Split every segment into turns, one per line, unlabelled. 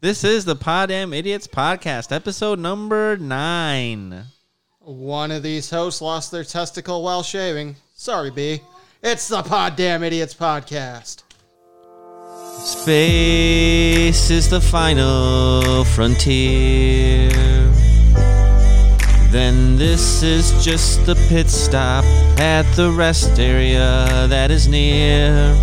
This is the Pod Am Idiots podcast, episode number nine.
One of these hosts lost their testicle while shaving. Sorry, B. It's the Pod Damn Idiots podcast.
Space is the final frontier. Then this is just the pit stop at the rest area that is near.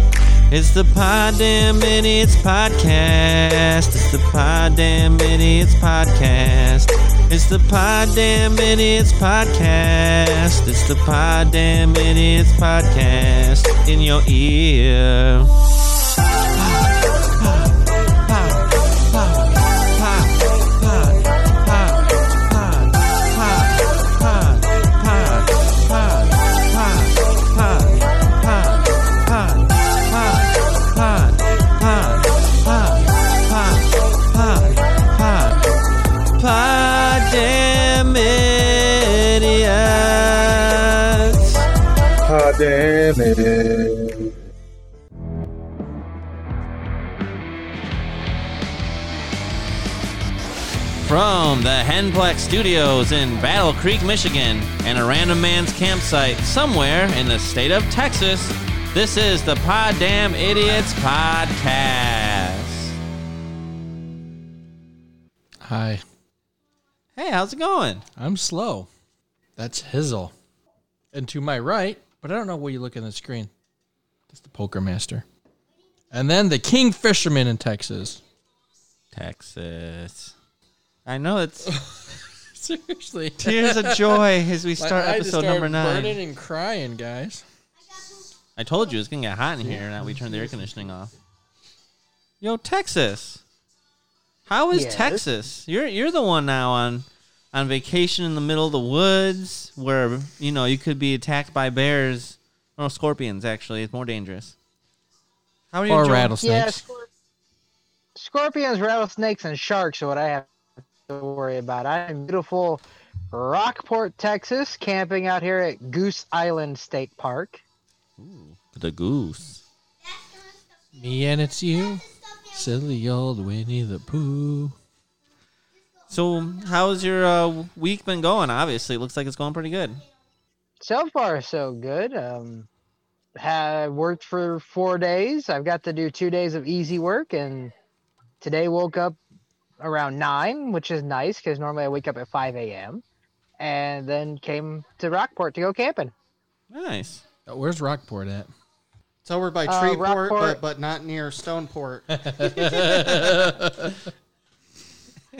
It's the Pod Damn Idiots Podcast. It's the Pod Damn Idiots Podcast. It's the Pod Damn Idiots Podcast. It's the Pod Damn Idiots Podcast in your ear.
God damn it.
From the Henplex Studios in Battle Creek, Michigan, and a random man's campsite somewhere in the state of Texas, this is the Pod Damn Idiots Podcast.
Hi.
Hey, how's it going?
I'm slow. That's Hizzle. And to my right, but I don't know where you look in the screen. That's the poker master. And then the king fisherman in Texas.
Texas. I know it's
Seriously.
tears of joy as we
My
start
eyes just
episode
started
number nine.
Burning and crying, guys.
I told you it's gonna get hot in here now we turned the air conditioning off. Yo, Texas. How is
Yes.
Texas? You're you're the one now on on vacation in the middle of the woods where you know you could be attacked by bears or scorpions actually, it's more dangerous. How are you
Or
enjoying-
Yeah,
rattlesnakes.
scor- scorpions, rattlesnakes, and sharks are what I have to worry about. I'm in beautiful Rockport, Texas, camping out here at Goose Island State Park.
the goose?
Me and it's you. Silly old Winnie the Pooh.
So how's your uh, week been going? Obviously, it looks like it's going pretty good.
So far, so good. Um, have worked for four days. I've got to do two days of easy work, and today woke up around nine, which is nice because normally I wake up at 5 a.m. And then came to Rockport to go camping.
Nice.
Oh, where's Rockport at?
It's over by
Uh,
Treeport,
Rockport.
but, but not near Stoneport.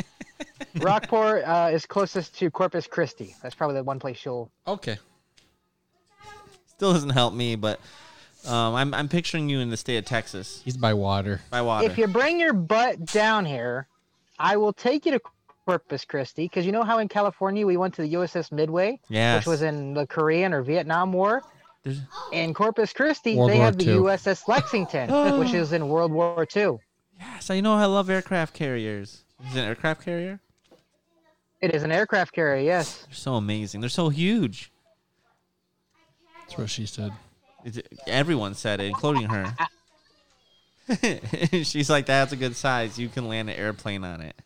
Rockport uh, is closest to Corpus Christi. That's probably the one place you'll.
Okay.
Still doesn't help me, but um, I'm I'm picturing you in the state of Texas
He's by water.
by water.
If you bring your butt down here, I will take you to Corpus Christi because you know how in California we went to the USS Midway,
Yes.
which was in the Korean or Vietnam War.
There's-
In Corpus Christi,
World
they
War
have the
II.
USS Lexington, which is in World War II.
So you know I love aircraft carriers. Is it an aircraft carrier?
It is an aircraft carrier, yes.
They're so amazing. They're so huge.
That's what she said.
Is it- everyone said it, including her. She's like, "That's a good size. You can land an airplane on it."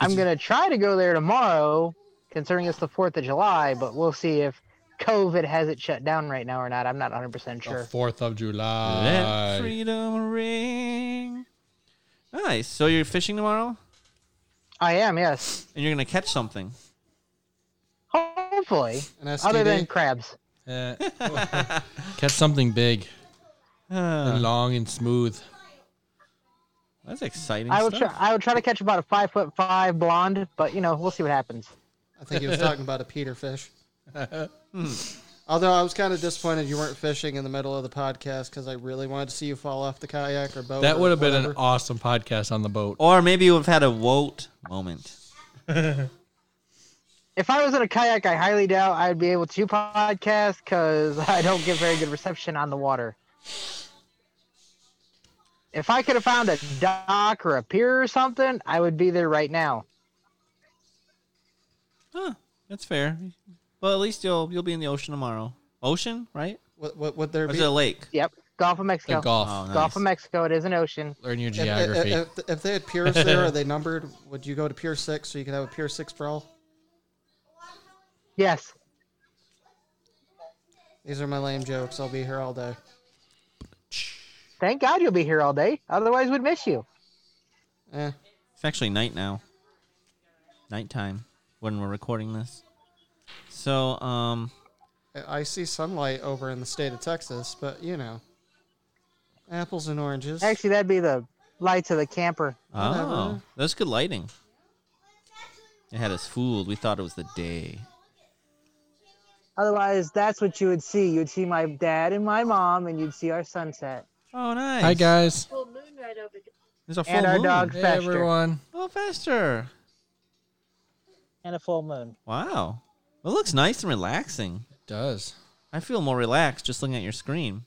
I'm going to try to go there tomorrow, considering it's the 4th of July, but we'll see if COVID has it shut down right now or not. I'm not 100%
The
sure.
4th of
Let
July.
freedom ring. Nice. So you're fishing tomorrow,
I am, yes.
and you're gonna catch something.
Hopefully.
An STD.
Other than crabs.
Uh, catch something big and
Uh,
long and smooth.
that's exciting.
I would
stuff.
try I would try to catch about a five foot five blonde, but you know, we'll see what happens.
I think he was talking about a Peter fish. Although I was kind of disappointed you weren't fishing in the middle of the podcast because I really wanted to see you fall off the kayak or boat.
That
or
would have been an
whatever.
awesome podcast on the boat.
Or maybe you would have had a woat moment.
If I was in a kayak, I highly doubt I'd be able to podcast because I don't get very good reception on the water. If I could have found a dock or a pier or something, I would be there right now.
Huh? That's fair. Well, at least you'll you'll be in the ocean tomorrow. Ocean, right?
What, what would there
Or is
be?
it a lake?
Yep. Gulf of
The
Mexico.
golf.
Oh, nice.
Gulf of Mexico. It is an ocean.
Learn your
If-
geography.
If, if, if they had piers there, are they numbered? Would you go to Pier Six so you could have a Pier Six brawl?
Yes.
These are my lame jokes. I'll be here all day.
Thank God you'll be here all day. Otherwise, we'd miss you.
Eh.
It's actually night now. Nighttime when we're recording this. So, um,
I I see sunlight over in the state of Texas, but you know, apples and oranges.
Actually, that'd be the lights of the camper.
oh,
Whatever.
that's good lighting. It had us fooled. We thought it was the day.
Otherwise, that's what you would see. You'd see my dad and my mom, and you'd see our sunset
Oh, nice.
Hi guys.
full moon right over there.
There's a full
and our
moon.
dog
Hey
Fester
everyone.
Oh, faster.
and a full moon.
Wow. Well, it looks nice and relaxing.
Does.
I feel more relaxed just looking at your screen.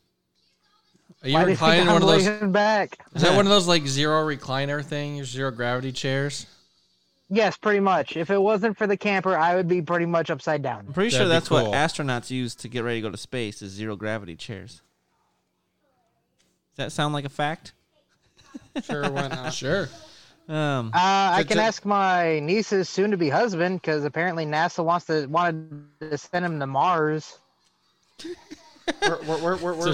Are you
Why do you
reclining
think
in one
I'm
of those?
leaning back?
Is that one of those like zero recliner things, zero gravity chairs?
Yes, pretty much. If it wasn't for the camper, I would be pretty much upside
I'm
down.
pretty
That'd
sure
be
that's
cool.
what astronauts use to get ready to go to space is zero gravity chairs. Does that sound like a fact?
Sure, why not?
Sure.
Um,
Uh, I
So
can
ju-
ask my niece's soon-to-be husband because apparently NASA wants to wanted to send him to Mars.
we're, we're, we're, we're,
It's
we're,
a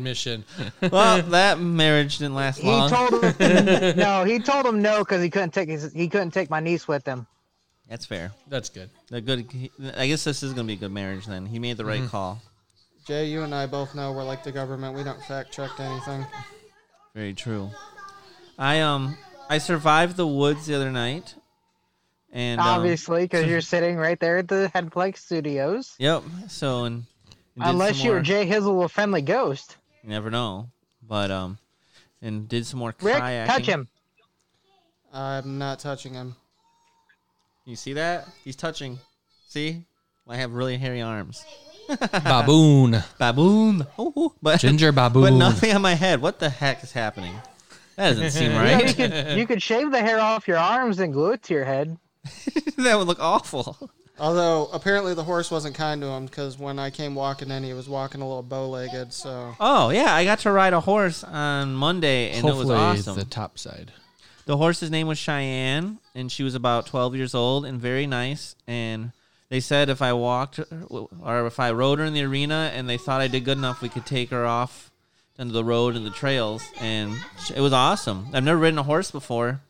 mission.
well, that marriage didn't last
He
long.
told him no. He told him no because he couldn't take his, he couldn't take my niece with him.
That's fair.
That's good.
A good. I guess this is gonna be a good marriage then. He made the
Mm-hmm.
right call.
Jay, you and I both know we're like the government. We don't fact check anything.
Very true. I um I survived the woods the other night, and um,
Obviously, because you're sitting right there at the Headplex Studios.
Yep. So and, and did
Unless
some
you were
more-
Jay Hizzle, a friendly ghost.
you never know. But um, and did some more
Rick,
kayaking.
touch him.
I'm not touching him.
You see that? He's touching. See? I have really hairy arms.
Baboon.
Baboon. Oh, oh, but
Ginger baboon.
But nothing on my head. What the heck is happening? That doesn't seem
Yeah,
right.
you could you could shave the hair off your arms and glue it to your head.
that would look awful.
Although apparently the horse wasn't kind to him because when I came walking in, he was walking a little bow-legged. So
Oh yeah, I got to ride a horse on Monday, and
Hopefully,
it was awesome.
the top side.
The horse's name was Cheyenne, and she was about 12 years old and very nice. And they said if I walked or if I rode her in the arena and they thought I did good enough, we could take her off into the road and the trails. And sh- it was awesome. I've never ridden a horse before.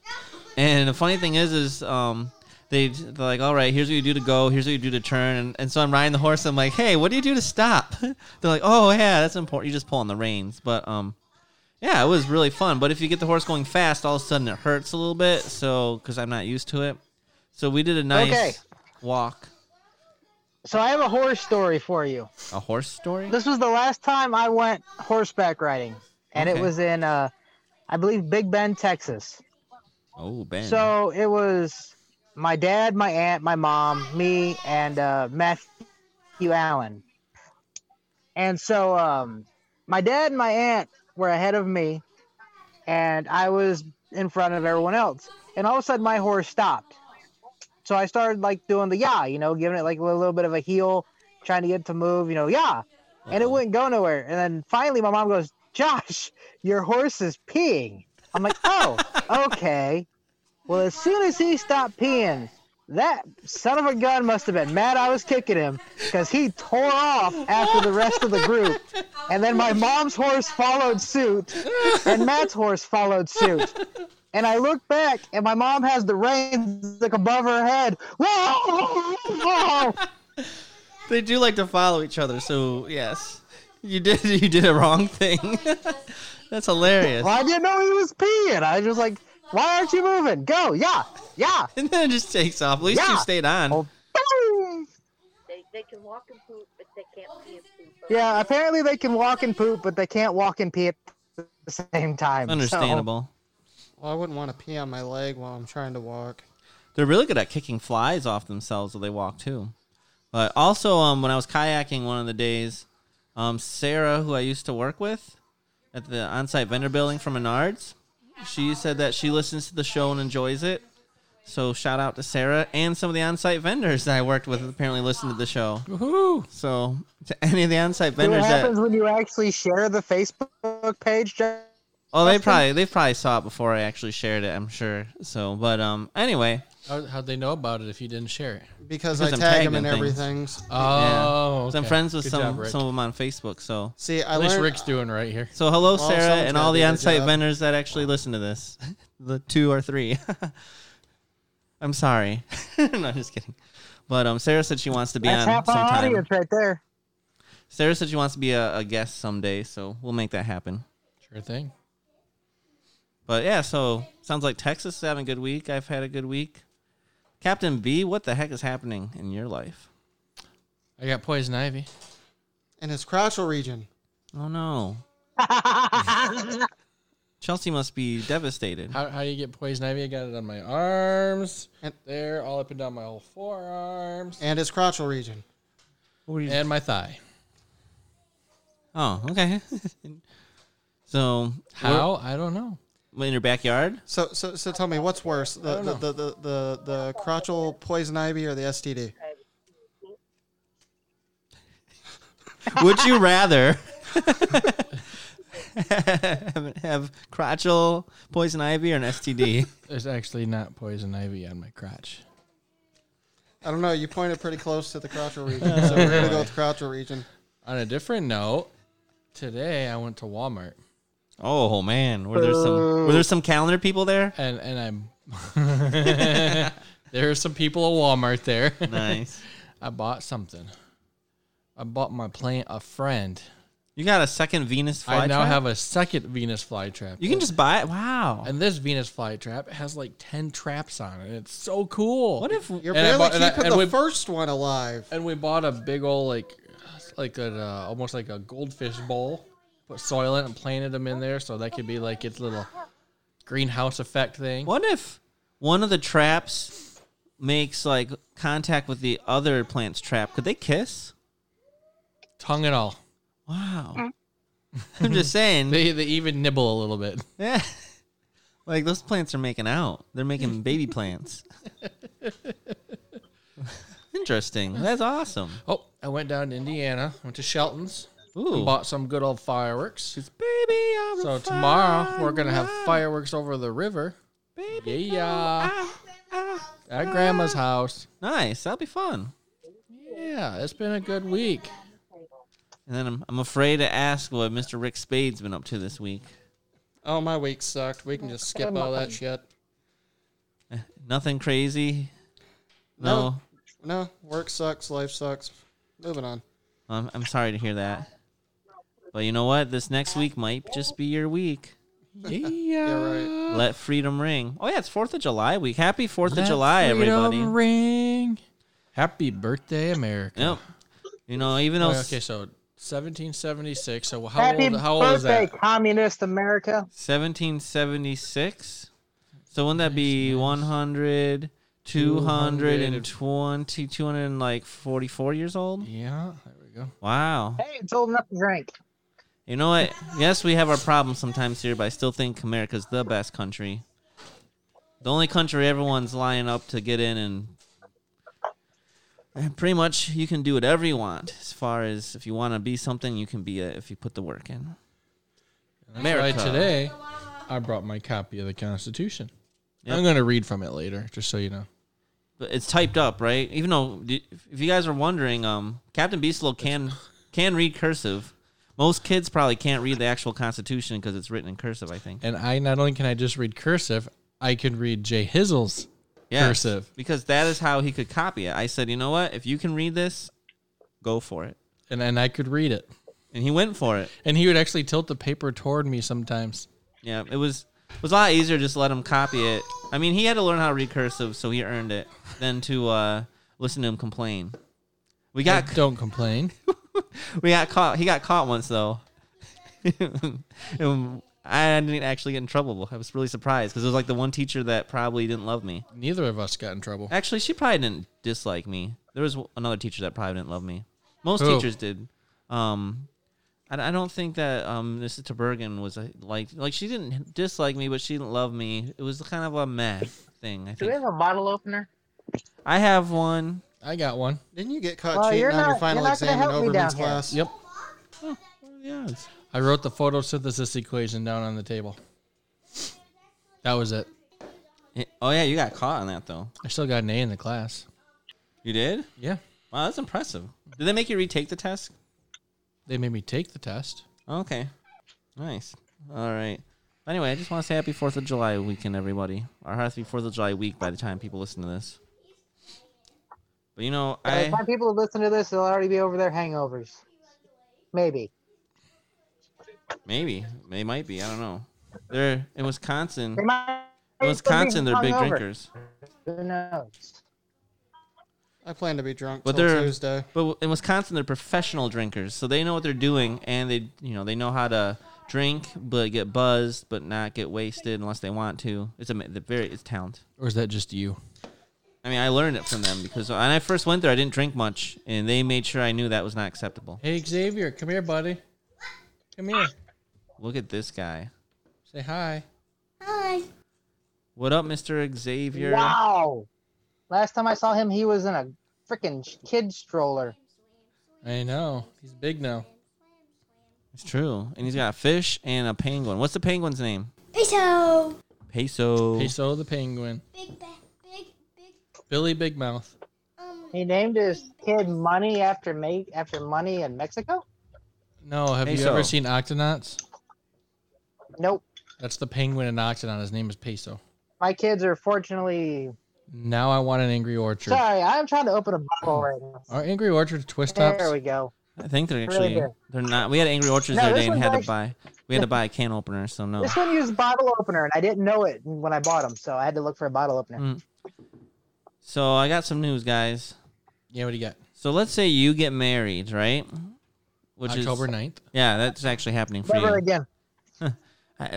And the funny thing is, is um, they, they're like, all right, here's what you do to go, here's what you do to turn. And, and so I'm riding the horse. I'm like, hey, what do you do to stop? they're like, oh, yeah, that's important. You just pull on the reins. But, um, yeah, it was really fun. But if you get the horse going fast, all of a sudden it hurts a little bit. So because I'm not used to it, so we did a nice
Okay.
walk.
So I have a horror story for you.
A horse story?
This was the last time I went horseback riding, and
Okay.
it was in uh, I believe Big Bend, Texas.
Oh, Ben.
So it was my dad, my aunt, my mom, me, and uh, Matthew Allen. And so um, my dad and my aunt were ahead of me, and I was in front of everyone else. And all of a sudden, my horse stopped. So I started like doing the yeah, you know, giving it like a little, little bit of a heel, trying to get it to move, you know, yeah. And it wouldn't go nowhere. And then finally, my mom goes, Josh, your horse is peeing. I'm like, oh, okay. Well, as soon as he stopped peeing, that son of a gun must have been mad I was kicking him because he tore off after the rest of the group. And then my mom's horse followed suit, and Matt's horse followed suit. And I look back, and my mom has the reins like above her head. Whoa!
they do like to follow each other. So yes, you did you did a wrong thing. That's hilarious.
Well, I didn't know he was peeing. I was like, why aren't you moving? Go, yeah, yeah.
And then it just takes off. At least you
Yeah.
stayed on.
Oh, boom.
They, they can walk and poop, but they can't pee and poop.
Yeah, apparently they can walk and poop, but they can't walk and pee at the same time. so-
Understandable.
well, I wouldn't want to pee on my leg while I'm trying to walk.
They're really good at kicking flies off themselves when they walk too. But also, um, when I was kayaking one of the days, um, Sarah, who I used to work with at the on-site vendor building from Menards, she said that she listens to the show and enjoys it. So shout out to Sarah and some of the on-site vendors that I worked with. Apparently, listened to the show.
Woohoo!
So to any of the on-site
what
vendors
happens
that
when you actually share the Facebook page? Jeff?
oh they probably they probably saw it before I actually shared it. I'm sure. So but um anyway
How, how'd they know about it if you didn't share it?
because,
Because
I
I'm
tag
tagging
him in
things.
everything.
Oh,
so I'm
okay.
friends with
Good
some
job, Rick.
some of them on Facebook. So
See, I
At least
learned.
Rick's doing right here.
so hello
Well,
Sarah
someone's
and
gotta
all
do
the
their
on-site
job.
vendors that actually listen to this, the two or three. I'm sorry. no, just kidding. But um, Sarah said she wants to be
That's
on
half our
sometime.
audience right there.
Sarah said she wants to be a, a guest someday, so we'll make that happen.
Sure thing.
But yeah, so sounds like Texas is having a good week. I've had a good week. Captain B, what the heck is happening in your life?
I got poison ivy.
in his crotchal region.
Oh no. Chelsea must be devastated.
How how do you get poison ivy? I got it on my arms.
And-
there, all up and down my whole forearms.
And his crotchal region.
And my thigh.
Oh, okay. so
How? I don't know.
in your backyard?
So, so, so tell me, what's worse, the
don't
the,
know.
the, the, the, the crotchal poison ivy or the STD?
Would you rather have, have crotchal poison ivy or an STD?
There's actually not poison ivy on my crotch.
I don't know. You pointed pretty close to the crotchal region, so we're gonna go with crotchal region.
On a different note, today I went to Walmart
oh man, were there some were there some calendar people there?
and and I'm. there are some people at Walmart there.
Nice.
I bought something. I bought my plant a friend.
You got a second Venus flytrap?
I now have a second Venus flytrap.
You can just buy it. Wow.
And this Venus flytrap has like ten traps on it. It's so cool.
what if
You're
And
barely
I bought- and I-
keeping
and
the
we-
first one alive.
and we bought a big old like like a uh, almost like a goldfish bowl put soil in it and planted them in there so that could be like its little greenhouse effect thing
What if one of the traps makes like contact with the other plant's trap? Could they kiss?
tongue and all
Wow. I'm just saying.
they, they even nibble a little bit
Yeah. Like those plants are making out. They're making baby plants. Interesting. That's awesome.
oh i went down to indiana went to shelton's
Ooh.
and bought some good old fireworks
It's baby. I'm a
so tomorrow we're gonna have
fireworks.
fireworks over the river
Baby,
yeah
ah, ah.
at grandma's house
Nice. That'll be fun.
yeah it's been a good week
And then I'm, I'm afraid to ask what Mr. Rick Spade's been up to this week.
Oh, my week sucked. We can just skip all that shit.
Nothing crazy.
No.
no.
No, work sucks. Life sucks. Moving on.
I'm, I'm sorry to hear that. But you know what? This next week might just be your week.
Yeah, right.
Let freedom ring. Oh yeah, it's Fourth of July week. Happy Fourth of
Let
July,
freedom
everybody.
ring happy birthday america
Yep. You know, even though
Oh, okay, so 1776. So how
Happy
old? How old is
birthday,
that?
communist America.
1776, so wouldn't that be 100, 220, 200 and like 44 years old?
Yeah, there we go.
Wow.
Hey, it's old enough to drink.
You know what? Yes, we have our problems sometimes here, but I still think America's the best country. The only country everyone's lining up to get in, and, and pretty much you can do whatever you want. As far as if you want to be something, you can be it if you put the work in. America.
Right today, I brought my copy of the Constitution. I'm going to read from it later, just so you know.
But it's typed up, right? Even though, if you guys are wondering, um, Captain Beastlow can can read cursive. Most kids probably can't read the actual Constitution because it's written in cursive. I think.
And I not only can I just read cursive, I can read Jay Hizzle's.
Yes,
cursive.
because that is how he could copy it. I said, you know what? If you can read this, go for it.
And, and I could read it.
And he went for it.
And he would actually tilt the paper toward me sometimes.
Yeah, it was it was a lot easier just to let him copy it. I mean, he had to learn how to read cursive, so he earned it, than to uh, listen to him complain. We
I
got
don't complain.
we got caught. He got caught once though. And I didn't actually get in trouble. I was really surprised because it was like the one teacher that probably didn't love me.
Neither of us got in trouble.
Actually, she probably didn't dislike me. There was another teacher that probably didn't love me. Most
Who?
teachers did. Um, I, I don't think that um, Mrs. Tabergen was uh, like like she didn't dislike me, but she didn't love me. It was kind of a meh thing. I
Do we have
think
a bottle opener?
I have one.
I got one.
Didn't you get caught
Well,
cheating
you're
on
not-
your final
you're not gonna
exam in
help me
Oberman's
down here.
class?
Yep.
Yeah, it's-
I wrote the photosynthesis equation down on the table. That was it.
Eh, Oh yeah, you got caught on that though.
I still got an A in the class.
You did?
Yeah.
Wow, that's impressive. Did they make you retake the test?
They made me take the test.
Okay. Nice. All right. Anyway, I just want to say happy 4th of July weekend, everybody. Or happy 4th of July week by the time people listen to this. But you know,
By the
I.
time people listen to this, they'll already be over their hangovers. Maybe.
Maybe. They might be. I don't know. They're in Wisconsin.
They might
In Wisconsin,
still be
they're big
hungover.
drinkers.
Who knows?
I plan to be drunk
But
till
they're-
Tuesday.
But in Wisconsin, they're professional drinkers, so they know what they're doing, and they, you know, they know how to drink, but get buzzed, but not get wasted unless they want to. It's a very, it's talent.
Or is that just you?
I mean, I learned it from them because when I first went there, I didn't drink much, and they made sure I knew that was not acceptable.
Hey, Xavier, come here, buddy. Come here.
Look at this guy.
Say hi.
What up, Mister Xavier?
Wow. Last time I saw him, he was in a freaking kid stroller.
I know. He's big now.
It's true, and he's got a fish and a penguin. What's the penguin's name?
Peso.
Peso.
Peso the penguin.
Big, ba- big, big,
Billy Big Mouth.
um,
He named his kid Money after make after money in Mexico.
No, have you
Peso.
ever seen Octonauts?
Nope.
That's the penguin in Octonaut. His name is Peso.
My kids are fortunately.
Now I want an Angry Orchard.
Sorry, I'm trying to open a bottle right now.
Are Angry Orchard twist tops?
There we go.
I think they're
Really
actually
good.
they're not. We had Angry Orchards
No,
the other
this
day and
one's
had to buy
actually-
we had to buy a can opener, so no.
This one used bottle opener, and I didn't know it when I bought them, so I had to look for a bottle opener.
Mm. So I got some news, guys.
Yeah, what do you got?
So let's say you get married, right? Which
October
is
9th.
yeah, that's actually happening for
Never
you.
again.
I,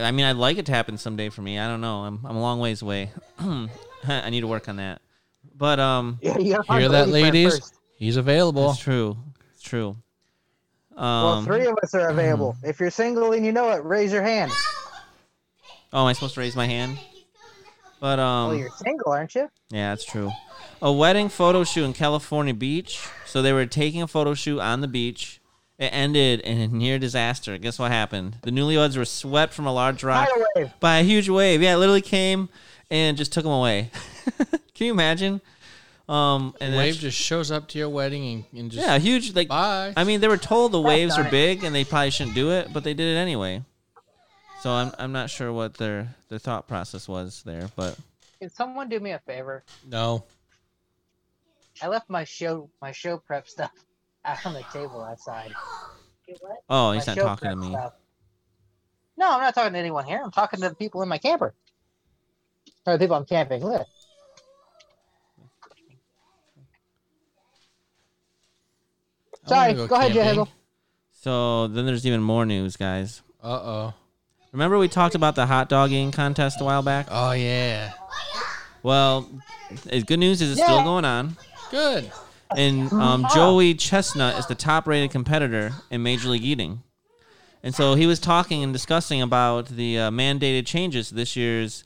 I mean, I'd like it to happen someday for me. I don't know. I'm I'm a long ways away. I need to work on that. But um,
Yeah, you gotta find
Hear
the
that,
lady for it
ladies?
first.
He's available.
it's true. It's true. Um,
Well, three of us are available. If you're single and you know it, raise your hand.
oh, am I supposed to raise my hand? But um,
well, Oh, you're single, aren't you?
Yeah, that's true. A wedding photo shoot in California beach. So they were taking a photo shoot on the beach. It ended in a near disaster. Guess what happened? The newlyweds were swept from a large rock
Microwave.
by a huge wave. Yeah, it literally came and just took them away. Can you imagine? Um, and wave
Wave just shows up to your wedding and, and just
yeah, huge. Like
bye.
I mean, they were told the waves are big and they probably shouldn't do it, but they did it anyway. So I'm I'm not sure what their their thought process was there, but
Can someone do me a favor?
no.
I left my show my show prep stuff out on the table outside.
You what?
oh,
My
he's not
show
talking to
prep
me.
stuff. No, I'm not talking to anyone here. I'm talking to the people in my camper. Or the people I'm camping with.
I wanna
Sorry, go ahead, Jay
camping.
Hazel.
So then there's even more news, guys.
Uh oh.
Remember we talked about the hot dog eating contest a while back?
Oh yeah.
Well, the good news is it's still
Yeah.
going on.
Good.
And um, Joey Chestnut is the top rated competitor in Major League Eating. And so he was talking and discussing about the uh, mandated changes to this year's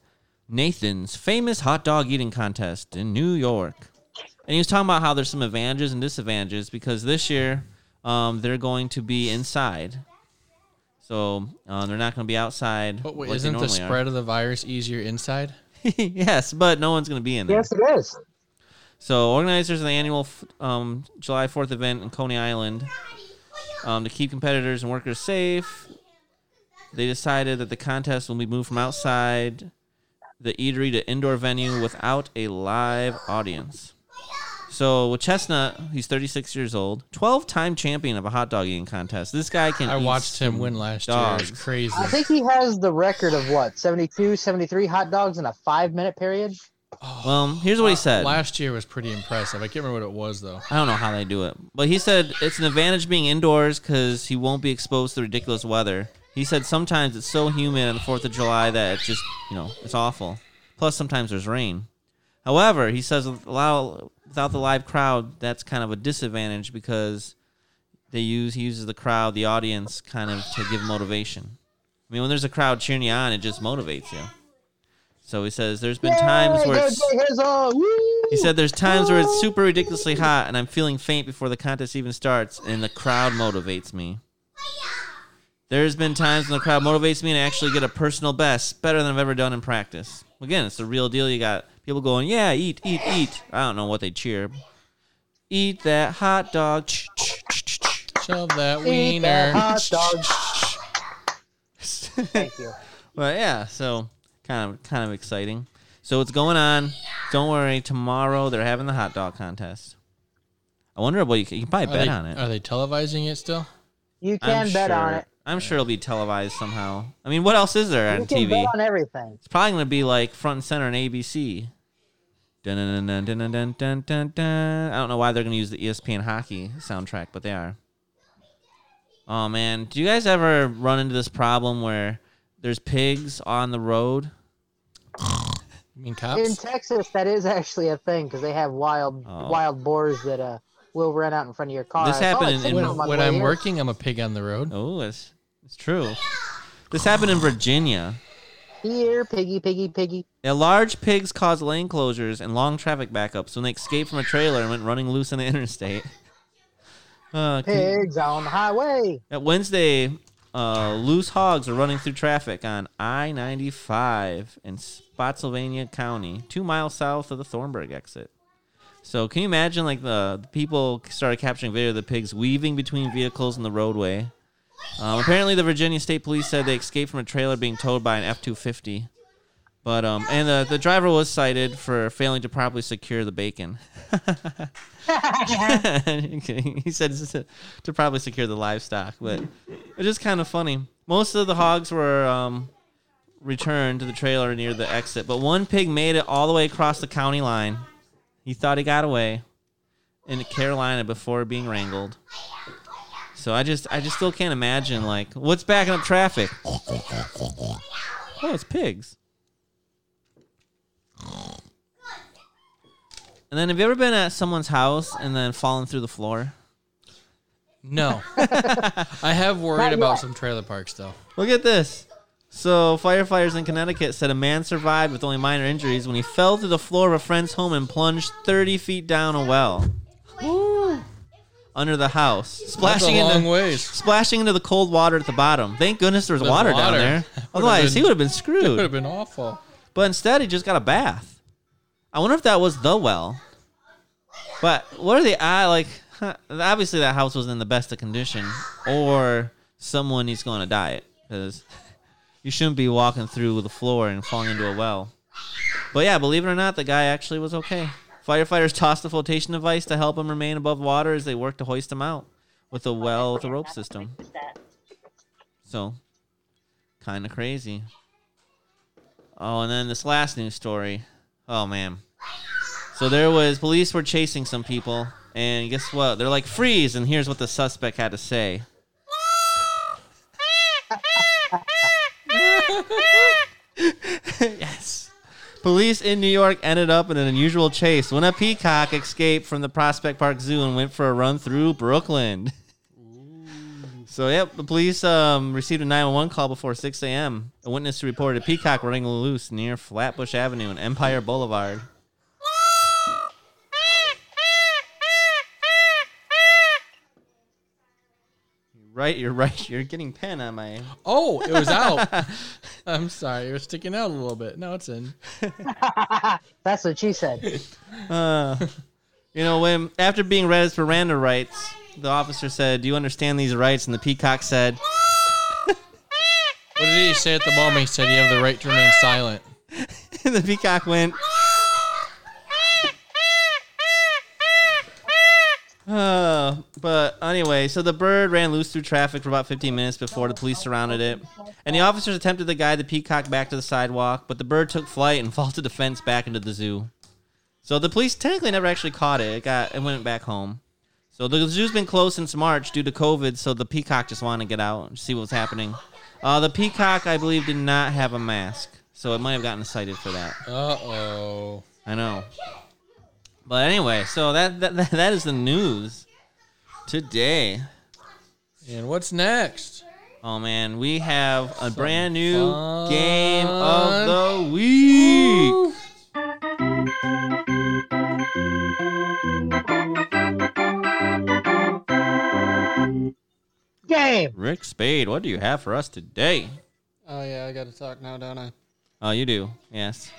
Nathan's famous hot dog eating contest in New York. And he was talking about how there's some advantages and disadvantages because this year um, they're going to be inside. So uh, they're not going to be outside.
But
like
wait,
they
isn't the
normally are.
spread of the virus easier inside?
yes, but no one's going to be in there.
Yes, it is.
So organizers of the annual f- um, July 4th event in Coney Island, um, to keep competitors and workers safe, they decided that the contest will be moved from outside the eatery to indoor venue without a live audience. So with Chestnut, he's 36 years old, 12-time champion of a hot dog eating contest. This guy can.
I
eat
watched him
some
win last year. It was
dogs.
crazy.
I think he has the record of what, 72, 73 hot dogs in a five minute period?
Well, here's what he said.
Last year was pretty impressive. I can't remember what it was though.
I don't know how they do it, but he said it's an advantage being indoors because he won't be exposed to ridiculous weather. He said sometimes it's so humid on the Fourth of July that it's just you know it's awful. Plus, sometimes there's rain. However, he says allow, without the live crowd, that's kind of a disadvantage because they use he uses the crowd, the audience, kind of to give motivation. I mean, when there's a crowd cheering you on, it just motivates you. So he says there's been times
Yay,
where
go
it's,
Jay Hazel, woo!
he said there's times where it's super ridiculously hot and I'm feeling faint before the contest even starts, and the crowd motivates me. There's been times when the crowd motivates me and I actually get a personal best, better than I've ever done in practice. Again, it's the real deal. You got people going, yeah, eat, eat, eat. I don't know what they cheer. Eat that hot dog. Ch- ch- ch- ch- ch.
Shove that
Eat that
wiener.
hot dog. Thank you.
But yeah, so kind of kind of exciting. So what's going on? Don't worry. Tomorrow they're having the hot dog contest. I wonder what you can, you can probably
Are
bet
they,
on it.
are they televising it still?
You can bet
sure,
on it.
I'm sure it'll be televised somehow. I mean, what else is there
You
on
can
TV?
bet on everything.
It's probably gonna be like front and center on ABC. Dun, dun, dun, dun, dun, dun, dun, dun, dun. I don't know why they're gonna use the E ESPN hockey soundtrack, but they are. Oh man, do you guys ever run into this problem where there's pigs on the road?
I mean,
In
cops?
Texas, that is actually a thing because they have wild
Oh.
wild boars that uh will run out in front of your car.
This
I saw
happened
a
in-
picture
in-
of
When,
my
when
boy
I'm
here.
working, I'm a pig on the road.
Oh, it's it's true. This happened in Virginia.
Here, piggy, piggy, piggy.
Now, large pigs caused lane closures and long traffic backups when they escaped from a trailer and went running loose on the interstate. Uh, can-
Pigs on the highway.
At Wednesday, uh, loose hogs are running through traffic on I 95 in Spotsylvania County, two miles south of the Thornburg exit. So, can you imagine, like, the, the people started capturing video of the pigs weaving between vehicles in the roadway? Um, apparently, the Virginia State Police said they escaped from a trailer being towed by an F 250. But, um, and the, the driver was cited for failing to properly secure the bacon. he said to, to probably secure the livestock, but it's just kind of funny. Most of the hogs were um, returned to the trailer near the exit, but one pig made it all the way across the county line. He thought he got away in Carolina before being wrangled. So I just, I just still can't imagine like what's backing up traffic. Oh, it's pigs. And then have you ever been at someone's house and then fallen through the floor?
No. I have worried about some trailer parks, though.
Look at this. So, firefighters in Connecticut said a man survived with only minor injuries when he fell through the floor of a friend's home and plunged 30 feet down a well under the house,
That's
splashing
a long
into
ways.
splashing into the cold water at the bottom. Thank goodness there was
There's
water, down
water.
there.
Would've
Otherwise,
been-
he would have been
Could have
screwed.
been awful.
But instead, he just got a bath. I wonder if that was the well. But what are the I like? huh, Obviously, that house was in the best of condition, or someone needs going to diet because you shouldn't be walking through the floor and falling into a well. But yeah, believe it or not, the guy actually was okay. Firefighters tossed a flotation device to help him remain above water as they worked to hoist him out with a well with a rope system. So, kind of crazy. Oh, and then this last news story. Oh man. So there was police were chasing some people, and guess what? They're like freeze, and here's what the suspect had to say. yes. Police in New York ended up in an unusual chase when a peacock escaped from the Prospect Park Zoo and went for a run through Brooklyn. So, yep, the police um, received a 911 call before 6 a.m. A witness who reported a peacock running loose near Flatbush Avenue and Empire Boulevard. You're Right, you're right. You're getting pen on my.
Oh, it was out. I'm sorry. It was sticking out a little bit. No, it's in.
That's what she said.
Uh, you know, when after being read his Miranda rights, the officer said, "Do you understand these rights?" And the peacock said,
What did he say at the moment? He said you have the right to remain silent.
the peacock went. Uh, but anyway, so the bird ran loose through traffic for about 15 minutes before the police surrounded it. And the officers attempted to guide the peacock back to the sidewalk, but the bird took flight and vaulted the fence back into the zoo. So the police technically never actually caught it. It got it went back home. So the zoo's been closed since March due to COVID, so the peacock just wanted to get out and see what was happening. Uh, the peacock, I believe, did not have a mask, so it might have gotten cited for that.
Uh oh.
I know. But anyway, so that that, that is the news today.
And what's next?
Oh man, we have a brand new
fun.
game of the week.
Game.
Rick Spade, what do you have for us today?
Oh yeah, I got to talk now, don't I?
Oh, you do. Yes.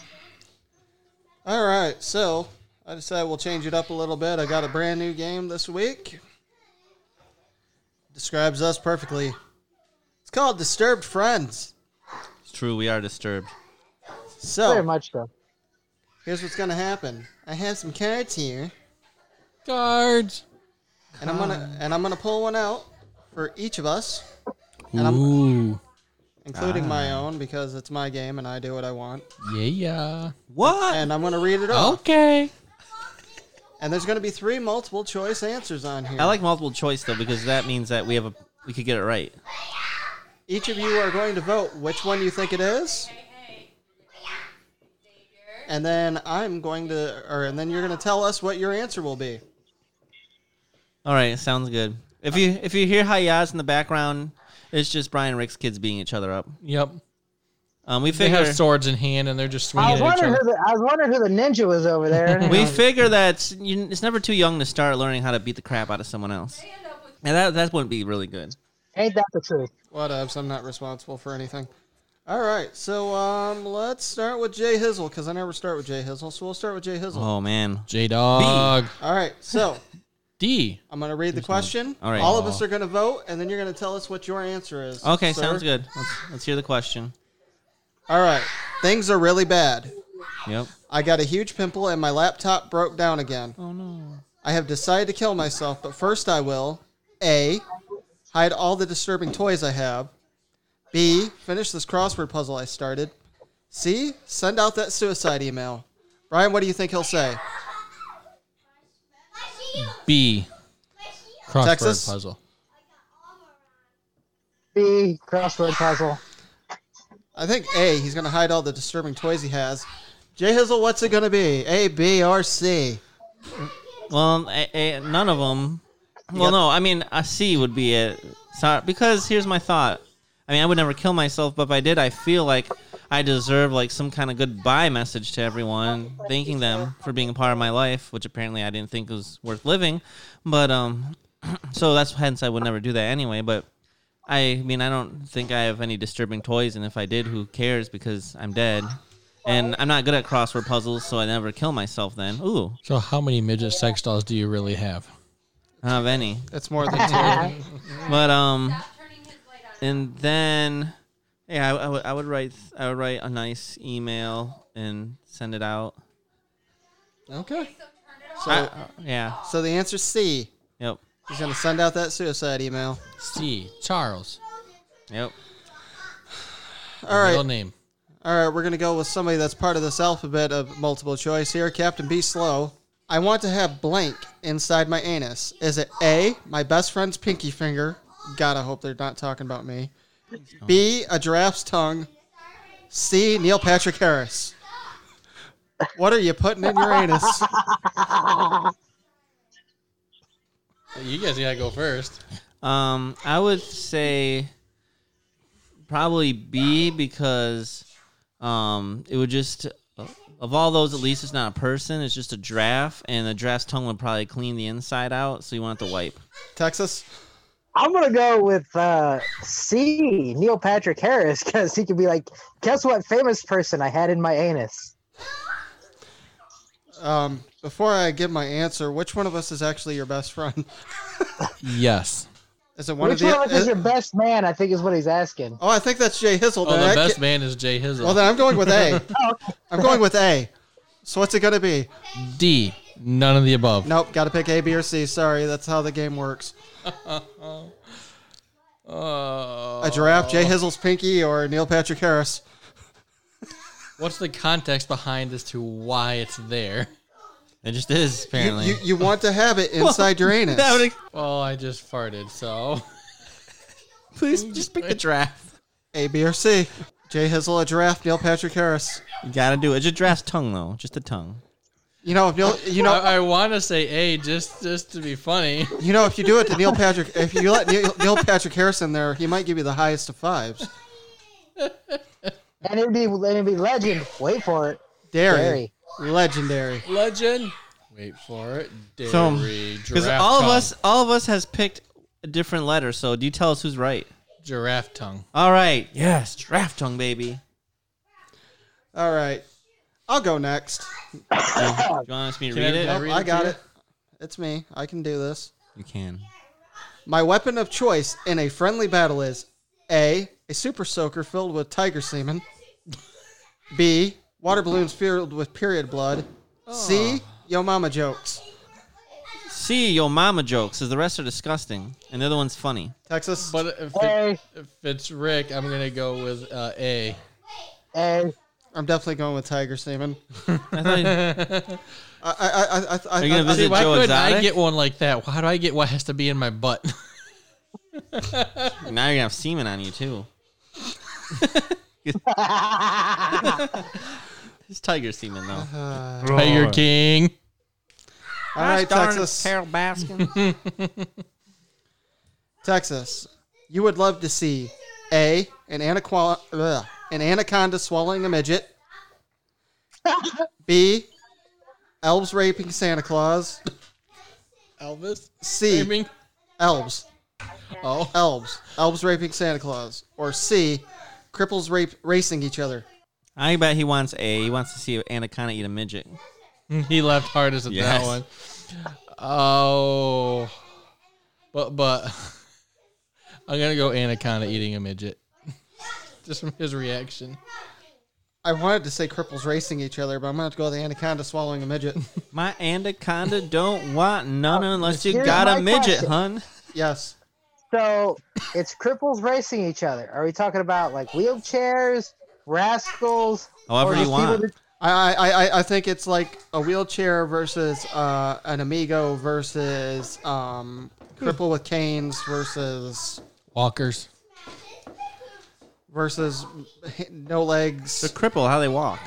All right, so I decided we'll change it up a little bit. I got a brand new game this week. Describes us perfectly. It's called Disturbed Friends.
It's true, we are disturbed. Oh.
Very
So
much so.
here's what's gonna happen. I have some cards here,
Cards.
and I'm gonna and I'm gonna pull one out for each of us, And I'm-
Ooh.
including my
Ah.
own because it's my game and I do what I want.
Yeah.
What?
And I'm gonna read
Oh.
it
Oh.
off.
Okay.
And there's gonna be three multiple choice answers on here.
I like multiple choice though because that means that we have a we could get it right.
Each of you are going to vote which one you think it is. And then I'm going to, or and then you're going to tell us what your answer will be.
All right, sounds good. If you if you hear hi yas in the background, it's just Brian and Rick's kids beating each other up.
Yep.
Um, we
They
figure
have swords in hand and they're just
I
swinging
was
at each
wondering
other.
who the I was wondering who the ninja was over there.
we figure that it's, you, it's never too young to start learning how to beat the crap out of someone else. And that that wouldn't be really good.
Ain't that the truth?
What ups? I'm not responsible for anything. All right, so um, let's start with Jay Hizzle because I never start with Jay Hizzle, so we'll start with Jay Hizzle.
Oh man.
J Dog.
All right, so
D.
I'm going to read the question.
All right.
All of us are going to vote, and then you're going to tell us what your answer is.
Okay,
sir.
sounds good. Let's, let's hear the question.
All right, things are really bad.
Yep.
I got a huge pimple and my laptop broke down again.
Oh no.
I have decided to kill myself, but first I will A. Hide all the disturbing toys I have. B. Finish this crossword puzzle I started. C. Send out that suicide email. Brian, what do you think he'll say?
B. Crossword
Texas?
puzzle.
B crossword puzzle.
I think A. He's going to hide all the disturbing toys he has. Jay Hizzle, what's it going to be? A, B, or C?
Well, eh, eh, none of them. Well,
Yep.
no, I mean, a C would be it. Sorry, because here's my thought. I mean, I would never kill myself, but if I did, I feel like I deserve like some kind of goodbye message to everyone, thanking them for being a part of my life, which apparently I didn't think was worth living. But um, so that's hence I would never do that anyway. But I mean, I don't think I have any disturbing toys, and if I did, who cares? Because I'm dead, and I'm not good at crossword puzzles, so I never kill myself. Then, ooh,
So, how many midget sex dolls do you really have?
I don't have any.
That's more than two.
But um, and then yeah, I, I would I would write I would write a nice email and send it out.
okay.
I-
So,
yeah.
so the answer's C.
Yep.
He's going to send out that suicide email.
C. Charles.
Yep.
All right.
Real name.
All right, we're going to go with somebody that's part of this alphabet of multiple choice here. Captain B Slow. I want to have blank inside my anus. Is it A, my best friend's pinky finger? God, I hope they're not talking about me. B, a giraffe's tongue. C, Neil Patrick Harris. What are you putting in your anus?
You guys gotta go first.
Um, I would say probably B because um, it would just of all those at least it's not a person, it's just a giraffe, and the giraffe's tongue would probably clean the inside out, so you won't have to wipe.
Texas?
I'm gonna go with uh, C Neil Patrick Harris because he could be like, guess what famous person I had in my anus?
Um, before I give my answer, which one of us is actually your best friend?
Yes.
Is it one
Which
of the
one of us is your best man? I think is what he's asking.
Oh, I think that's Jay Hizzle.
Oh,
then.
the
I
best
ca-
man is Jay Hizzle.
Well, then I'm going with A. I'm going with A. So what's it going to be?
D. None of the above.
Nope, got to pick A, B, or C. Sorry, that's how the game works.
Oh.
A giraffe, Jay Hizzle's pinky, or Neil Patrick Harris.
What's the context behind as to why it's there?
It just is
You,
apparently.
you, you want to have it inside your anus.
that would
Well, I just farted, so
please just pick the giraffe.
A, B, or C. Jay Hizzle, a giraffe, Neil Patrick Harris.
You gotta do it. Just draft tongue though, just the tongue.
You know, if Neil, you know,
I, I want to say A just just to be funny.
you know, if you do it to Neil Patrick, if you let Neil, Neil Patrick Harris in there, he might give you the highest of fives.
And it'd be and it'd be legend. Wait for it.
Dairy,
Dairy.
legendary.
Legend. Wait for it. Dairy.
So, because
giraffe
all of
tongue.
us, all of us has picked a different letter. So do you tell us who's right?
Giraffe tongue.
All right. Yes, draft tongue, baby.
All right, I'll go next.
Do you want us me to read
I-
it?
can
Nope,
read
I
it to
got
you?
it. It's me. I can do this.
You can.
My weapon of choice in a friendly battle is A, a super soaker filled with tiger semen, B, water balloons filled with period blood, C, yo mama jokes.
See your mama jokes, because the rest are disgusting, and the other one's funny.
Texas,
But if,
A.
it, if it's Rick, I'm gonna go with uh, A.
A.
I'm definitely going with tiger semen.
I thought you-
I, I, I, I, I,
Are you gonna
I-
visit-
Why
Joe
couldn't I
Exotic?
get one like that? How do I get what has to be in my butt?
now you're gonna have semen on you too. it's tiger semen though.
Tiger King.
All right, Texas. Texas, you would love to see A, an, anaqua- ugh, an anaconda swallowing a midget, B, elves raping Santa Claus,
Elvis.
C,
Screaming.
elves.
Oh.
elves. Elves raping Santa Claus. Or C, cripples rape racing each other.
I bet he wants a. He wants to see an anaconda eat a midget.
He left hardest at
Yes.
that one. Oh, but but I'm gonna go anaconda eating a midget. Just from his reaction.
I wanted to say cripples racing each other, but I'm going to have to go with the anaconda swallowing a midget.
My anaconda don't want none unless you
Here's
got a
my
midget,
question.
hun.
yes.
So it's cripples racing each other. Are we talking about like wheelchairs, rascals?
However
or
you
just people
want.
that-
I, I, I, I think it's like a wheelchair versus uh, an amigo versus um, cripple with canes versus
Walkers.
versus
The
no legs.
cripple, how they walk.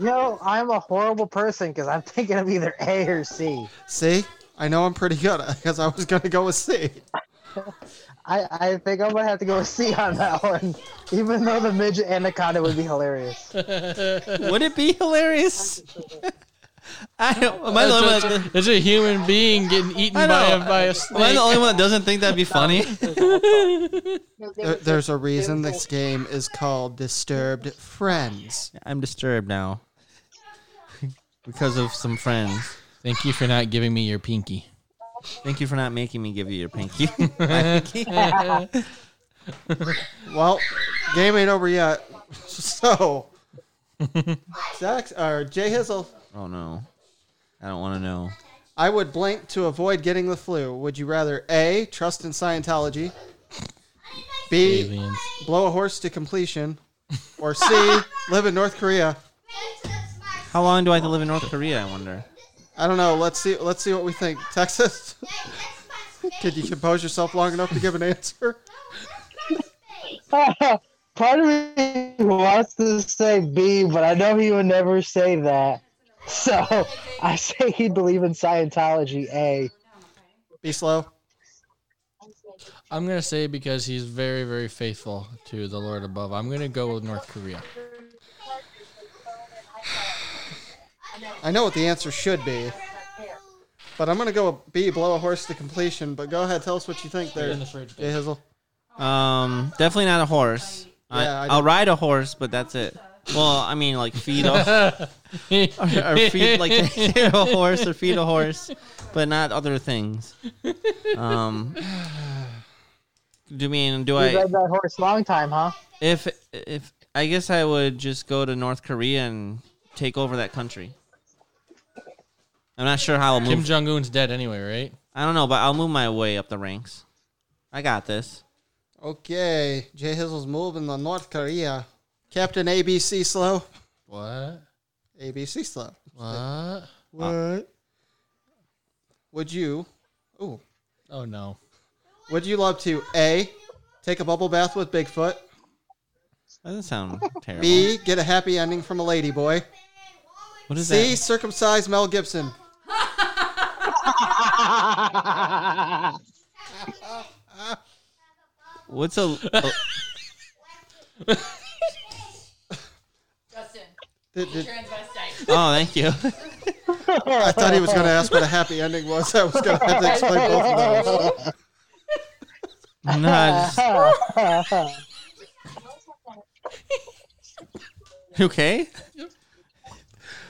No, I'm a horrible person because I'm thinking of either A or C.
See? I know I'm pretty good because I was going to go with C.
I, I think I'm gonna have to go with C on that one, even though the midget anaconda would be hilarious.
Would it be hilarious? I don't, am I the only one
It's
that,
a, it's a human being getting eaten
I
by a,
know.
by a
am I
snake.
the only one that doesn't think that'd be funny?
There, there's a reason this game is called Disturbed Friends.
I'm disturbed now because of some friends.
Thank you for not giving me your pinky.
Thank you for not making me give you your pinky.
Well, game ain't over yet. So, Zach or Jay Hizzle,
oh no, I don't want to know.
I would blank to avoid getting the flu. Would you rather A, trust in Scientology, B,
Aliens.
blow a horse to completion, or C, live in North Korea?
How long do I have to live in North Korea? I wonder.
I don't know. Let's see. Let's see what we think. Texas, could you compose yourself long enough to give an answer?
Part of me wants to say B, but I know he would never say that. So I say he'd believe in Scientology A.
Be slow.
I'm gonna say because he's very very faithful to the Lord above. I'm gonna go with North Korea.
I know what the answer should be, but I'm gonna go with B, blow a horse to completion. But go ahead, tell us what you think there, Jay Hizzle.
Um, definitely not a horse.
Yeah, I
I, I'll ride a horse, but that's it. Well, I mean, like feed a, or feed like take care of a horse or feed a horse, but not other things. Um, do you mean do
You
I?
rode that horse long time, huh?
If if I guess I would just go to North Korea and take over that country. I'm not sure how I'll
Kim
move.
Jong Un's dead anyway, right?
I don't know, but I'll move my way up the ranks. I got this.
Okay, Jay Hizzle's moving to North Korea. Captain ABC slow.
What?
ABC slow.
What?
What? Would you? Ooh.
Oh no.
Would you love to A, take a bubble bath with Bigfoot?
Doesn't sound terrible.
B, get a happy ending from a ladyboy?
What is
See,
that?
circumcised Mel Gibson.
What's a, a- oh,
Justin,
Did- did-
transvestite.
Oh, thank you.
I thought he was going to ask what a happy ending was. I was going to have to explain both of those.
no, I just- You okay.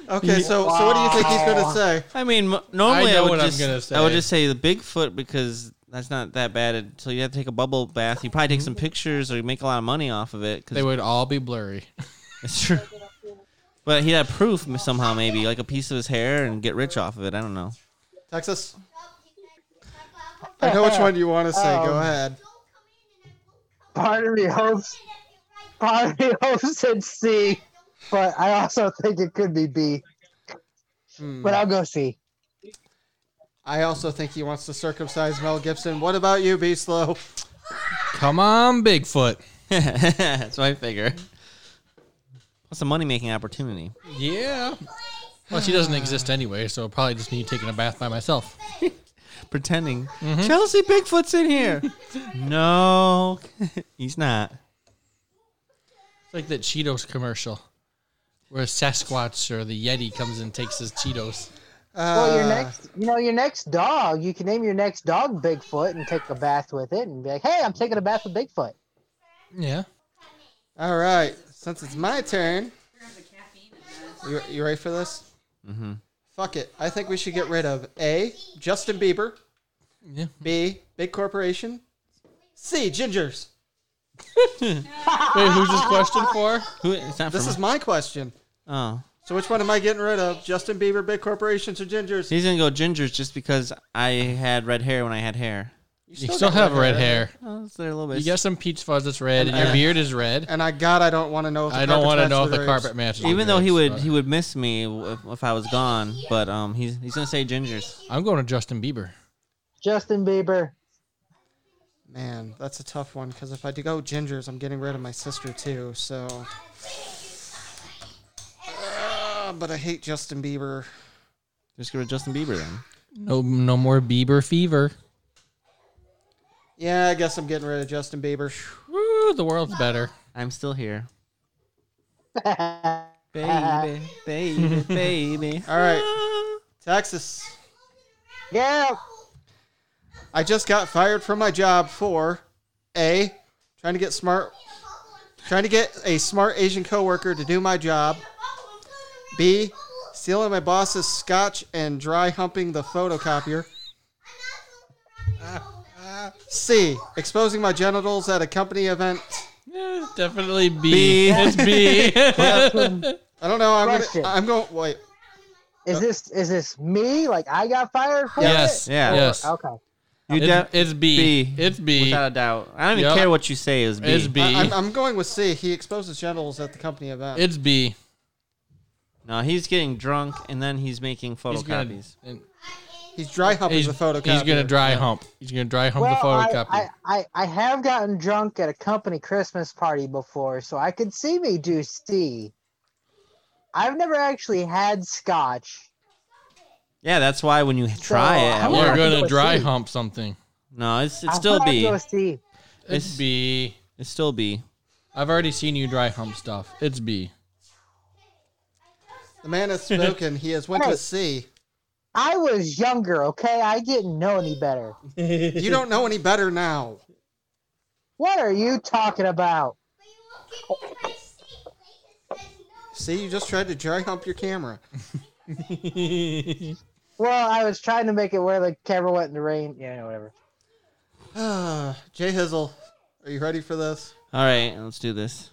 Okay, so so what do you think he's going to say?
I mean, m- normally I,
know
would
what I'm
just
gonna
I would
say.
just say the Bigfoot because that's not that bad. So you have to take a bubble bath. You probably take some pictures or you make a lot of money off of it. Cause
They would all be blurry.
It's true. But he had proof m- somehow, maybe like a piece of his hair, and get rich off of it. I don't know.
Texas, I know which one you want to say. Go
Um,
ahead.
Part of me hopes, part of me hopes it's C, but I also think it could be B.
Hmm.
But I'll go C.
I also think he wants to circumcise Mel Gibson. What about you, B Slow?
Come on, Bigfoot.
That's what I figure. What's a money making opportunity?
Yeah. Well, she doesn't exist anyway, so I'll probably just need taking a bath by myself.
Pretending
Mm-hmm.
Chelsea Bigfoot's in here. no, he's not.
It's like that Cheetos commercial where a Sasquatch or the Yeti comes and takes his Cheetos.
Well, your
Uh,
next, you know, your next dog, you can name your next dog Bigfoot and take a bath with it and be like, hey, I'm taking a bath with Bigfoot.
Yeah.
All right, since it's my turn, you, you ready for this? Mm-hmm. Fuck it. I think we should get rid of A. Justin Bieber.
Yeah.
B. Big corporation. C. Gingers.
Wait, who's this question for?
Who? It's not
This
from.
is my question.
oh,
So which one am I getting rid of? Justin Bieber, big corporations, or gingers?
he's gonna go gingers just because I had red hair when I had hair.
You still have red hair.
Oh, it's there a little
You
bit.
got some peach fuzz that's red, and your
Yeah.
beard is red.
And I God, I don't want to know. If the
I don't want to
carpet's
know if
matched
the
with
carpet
race.
matches.
Even though he
yours,
would
but-
he would miss me if, if I was gone, but um, he's he's gonna say gingers.
I'm going to Justin Bieber.
Justin Bieber.
Man, that's a tough one because if I do go gingers, I'm getting rid of my sister too. So, Ah, but I hate Justin Bieber.
Just go with Justin Bieber then.
No, no more Bieber fever.
Yeah, I guess I'm getting rid of Justin Bieber.
Woo, the world's better.
I'm still here. Uh-huh. baby, baby, baby.
All right, Texas.
Yeah.
I just got fired from my job for A, trying to get smart trying to get a smart Asian coworker to do my job. B, stealing my boss's scotch and dry humping the photocopier. C, exposing my genitals at a company event.
Yeah, Eh, definitely B.
B.
It's B.
I don't know. I'm
Question.
gonna. I'm going. Wait.
Is this is this me? Like I got fired for
yes.
it?
Yeah.
Yes.
Okay.
You
It's,
de-
it's B.
B.
It's B.
without a doubt. I don't even
Yep.
care what you say. It was B.
It's B.
I, am I'm going with C. He exposes genitals at the company event.
it's B.
No, he's getting drunk and then he's making
He's gonna,
photocopies.
and
he's dry humping
he's,
the photocopier.
he's gonna dry hump. He's gonna dry hump
Well,
the
I,
photocopy.
I, I, I have gotten drunk at a company Christmas party before, so I could see me do C. I've never actually had scotch.
Yeah, that's why when you try it,
I
at
wanna
We're
work.
go-
gonna
It's
dry
B.
hump something.
no, it's
I
it's still
thought I'd
B.
go C.
It's,
It's-
B.
It's still B.
I've already seen you dry hump stuff. It's B.
The man has spoken. he has went to
Hey.
C.
I was younger, okay? I didn't know any better.
You don't know any better now.
What are you talking about?
See, you just tried to dry hump your camera.
Well, I was trying to make it where the camera went in the rain. Yeah, whatever.
Ah, Jay Hizzle, are you ready for this?
All right, let's do this.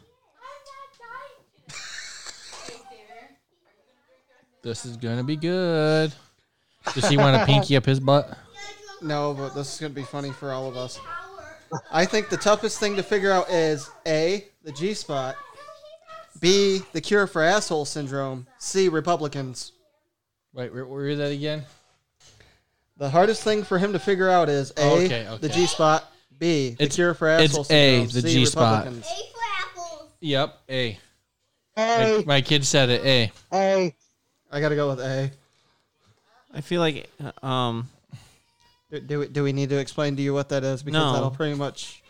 This is gonna be good. Does he want to pinky up his butt?
No, but this is going to be funny for all of us. I think the toughest thing to figure out is A, the G spot, B, the cure for asshole syndrome, C, Republicans.
Wait, where, where is that again?
The hardest thing for him to figure out is A,
Okay, okay.
the G spot, B, the
It's-
cure for
it's
asshole
A,
syndrome,
the
C,
G spot.
Republicans.
for apples.
Yep, A.
Hey,
My, my kid said it. A.
hey,
I gotta go with A.
I feel like uh, um
Do, do, we, do we need to explain to you what that is? Because
No.
that'll pretty much.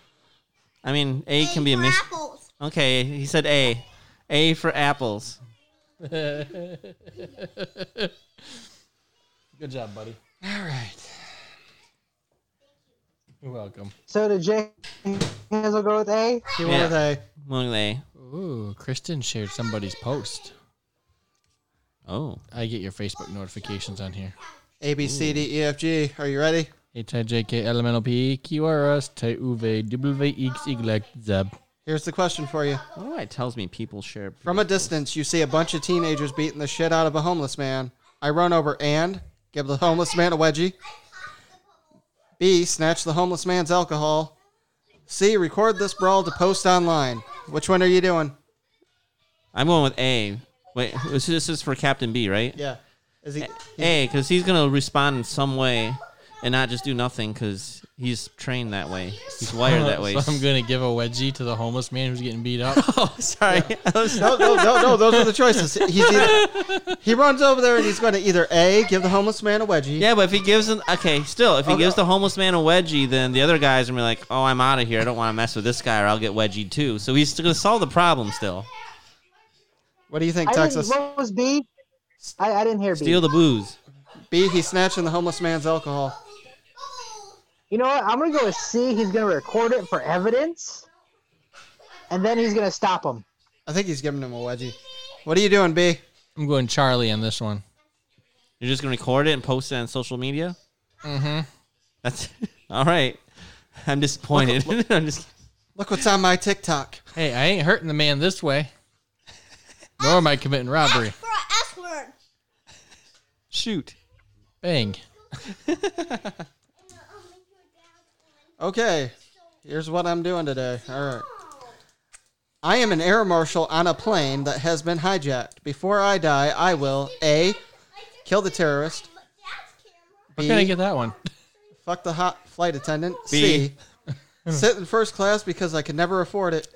I mean A can be a
for
mis-
apples.
Okay, he said A. A for apples.
Good job, buddy.
All right.
You're welcome.
So did Jay Hazel go with A?
He went
Yeah.
with A.
Among A.
Ooh, Kristen shared somebody's post.
Oh.
I get your Facebook notifications on here.
A, B, C, D, E, F, G. Are you ready?
H I J K L M N O P E Q R S T U V W X E Y Z.
Here's the question for you.
What do I tells me people share
From a distance, you see a bunch of teenagers beating the shit out of a homeless man. I run over and give the homeless man a wedgie. B. Snatch the homeless man's alcohol. C. Record this brawl to post online. Which one are you doing?
I'm going with A. Wait, this this is for Captain B, right?
Yeah. Is he?
A, because he's gonna respond in some way and not just do nothing because he's trained that way. He's wired that way.
So I'm gonna give a wedgie to the homeless man who's getting beat up.
Oh, sorry. I was-
No, no, no, no. Those are the choices. He's either, he runs over there and he's going to either A. Give the homeless man a wedgie.
yeah, but if he gives an okay, still, if he
Okay.
gives the homeless man a wedgie, then the other guys are gonna be like, "Oh, I'm out of here. I don't want to mess with this guy, or I'll get wedgied too." So he's still gonna solve the problem. Still,
What do you think,
I didn't,
Texas?
what was B? I, I didn't hear B.
steal the booze.
B. He's snatching the homeless man's alcohol.
You know what? I'm gonna go with C. He's gonna record it for evidence, and then he's gonna stop him.
I think he's giving him a wedgie. What are you doing, B?
I'm going Charlie on this one.
You're just gonna record it and post it on social media.
Mm-hmm.
That's all right. I'm disappointed. I'm just.
Look what's on my TikTok.
Hey, I ain't hurting the man this way. Nor am I committing robbery.
For an S word.
Shoot.
Bang.
Okay, here's what I'm doing today. All right. I am an air marshal on a plane that has been hijacked. Before I die, I will A. Kill the terrorist.
But that's camera.
Where can I
B.
get that one?
Fuck the hot flight attendant.
B.
C. Sit in first class because I could never afford it.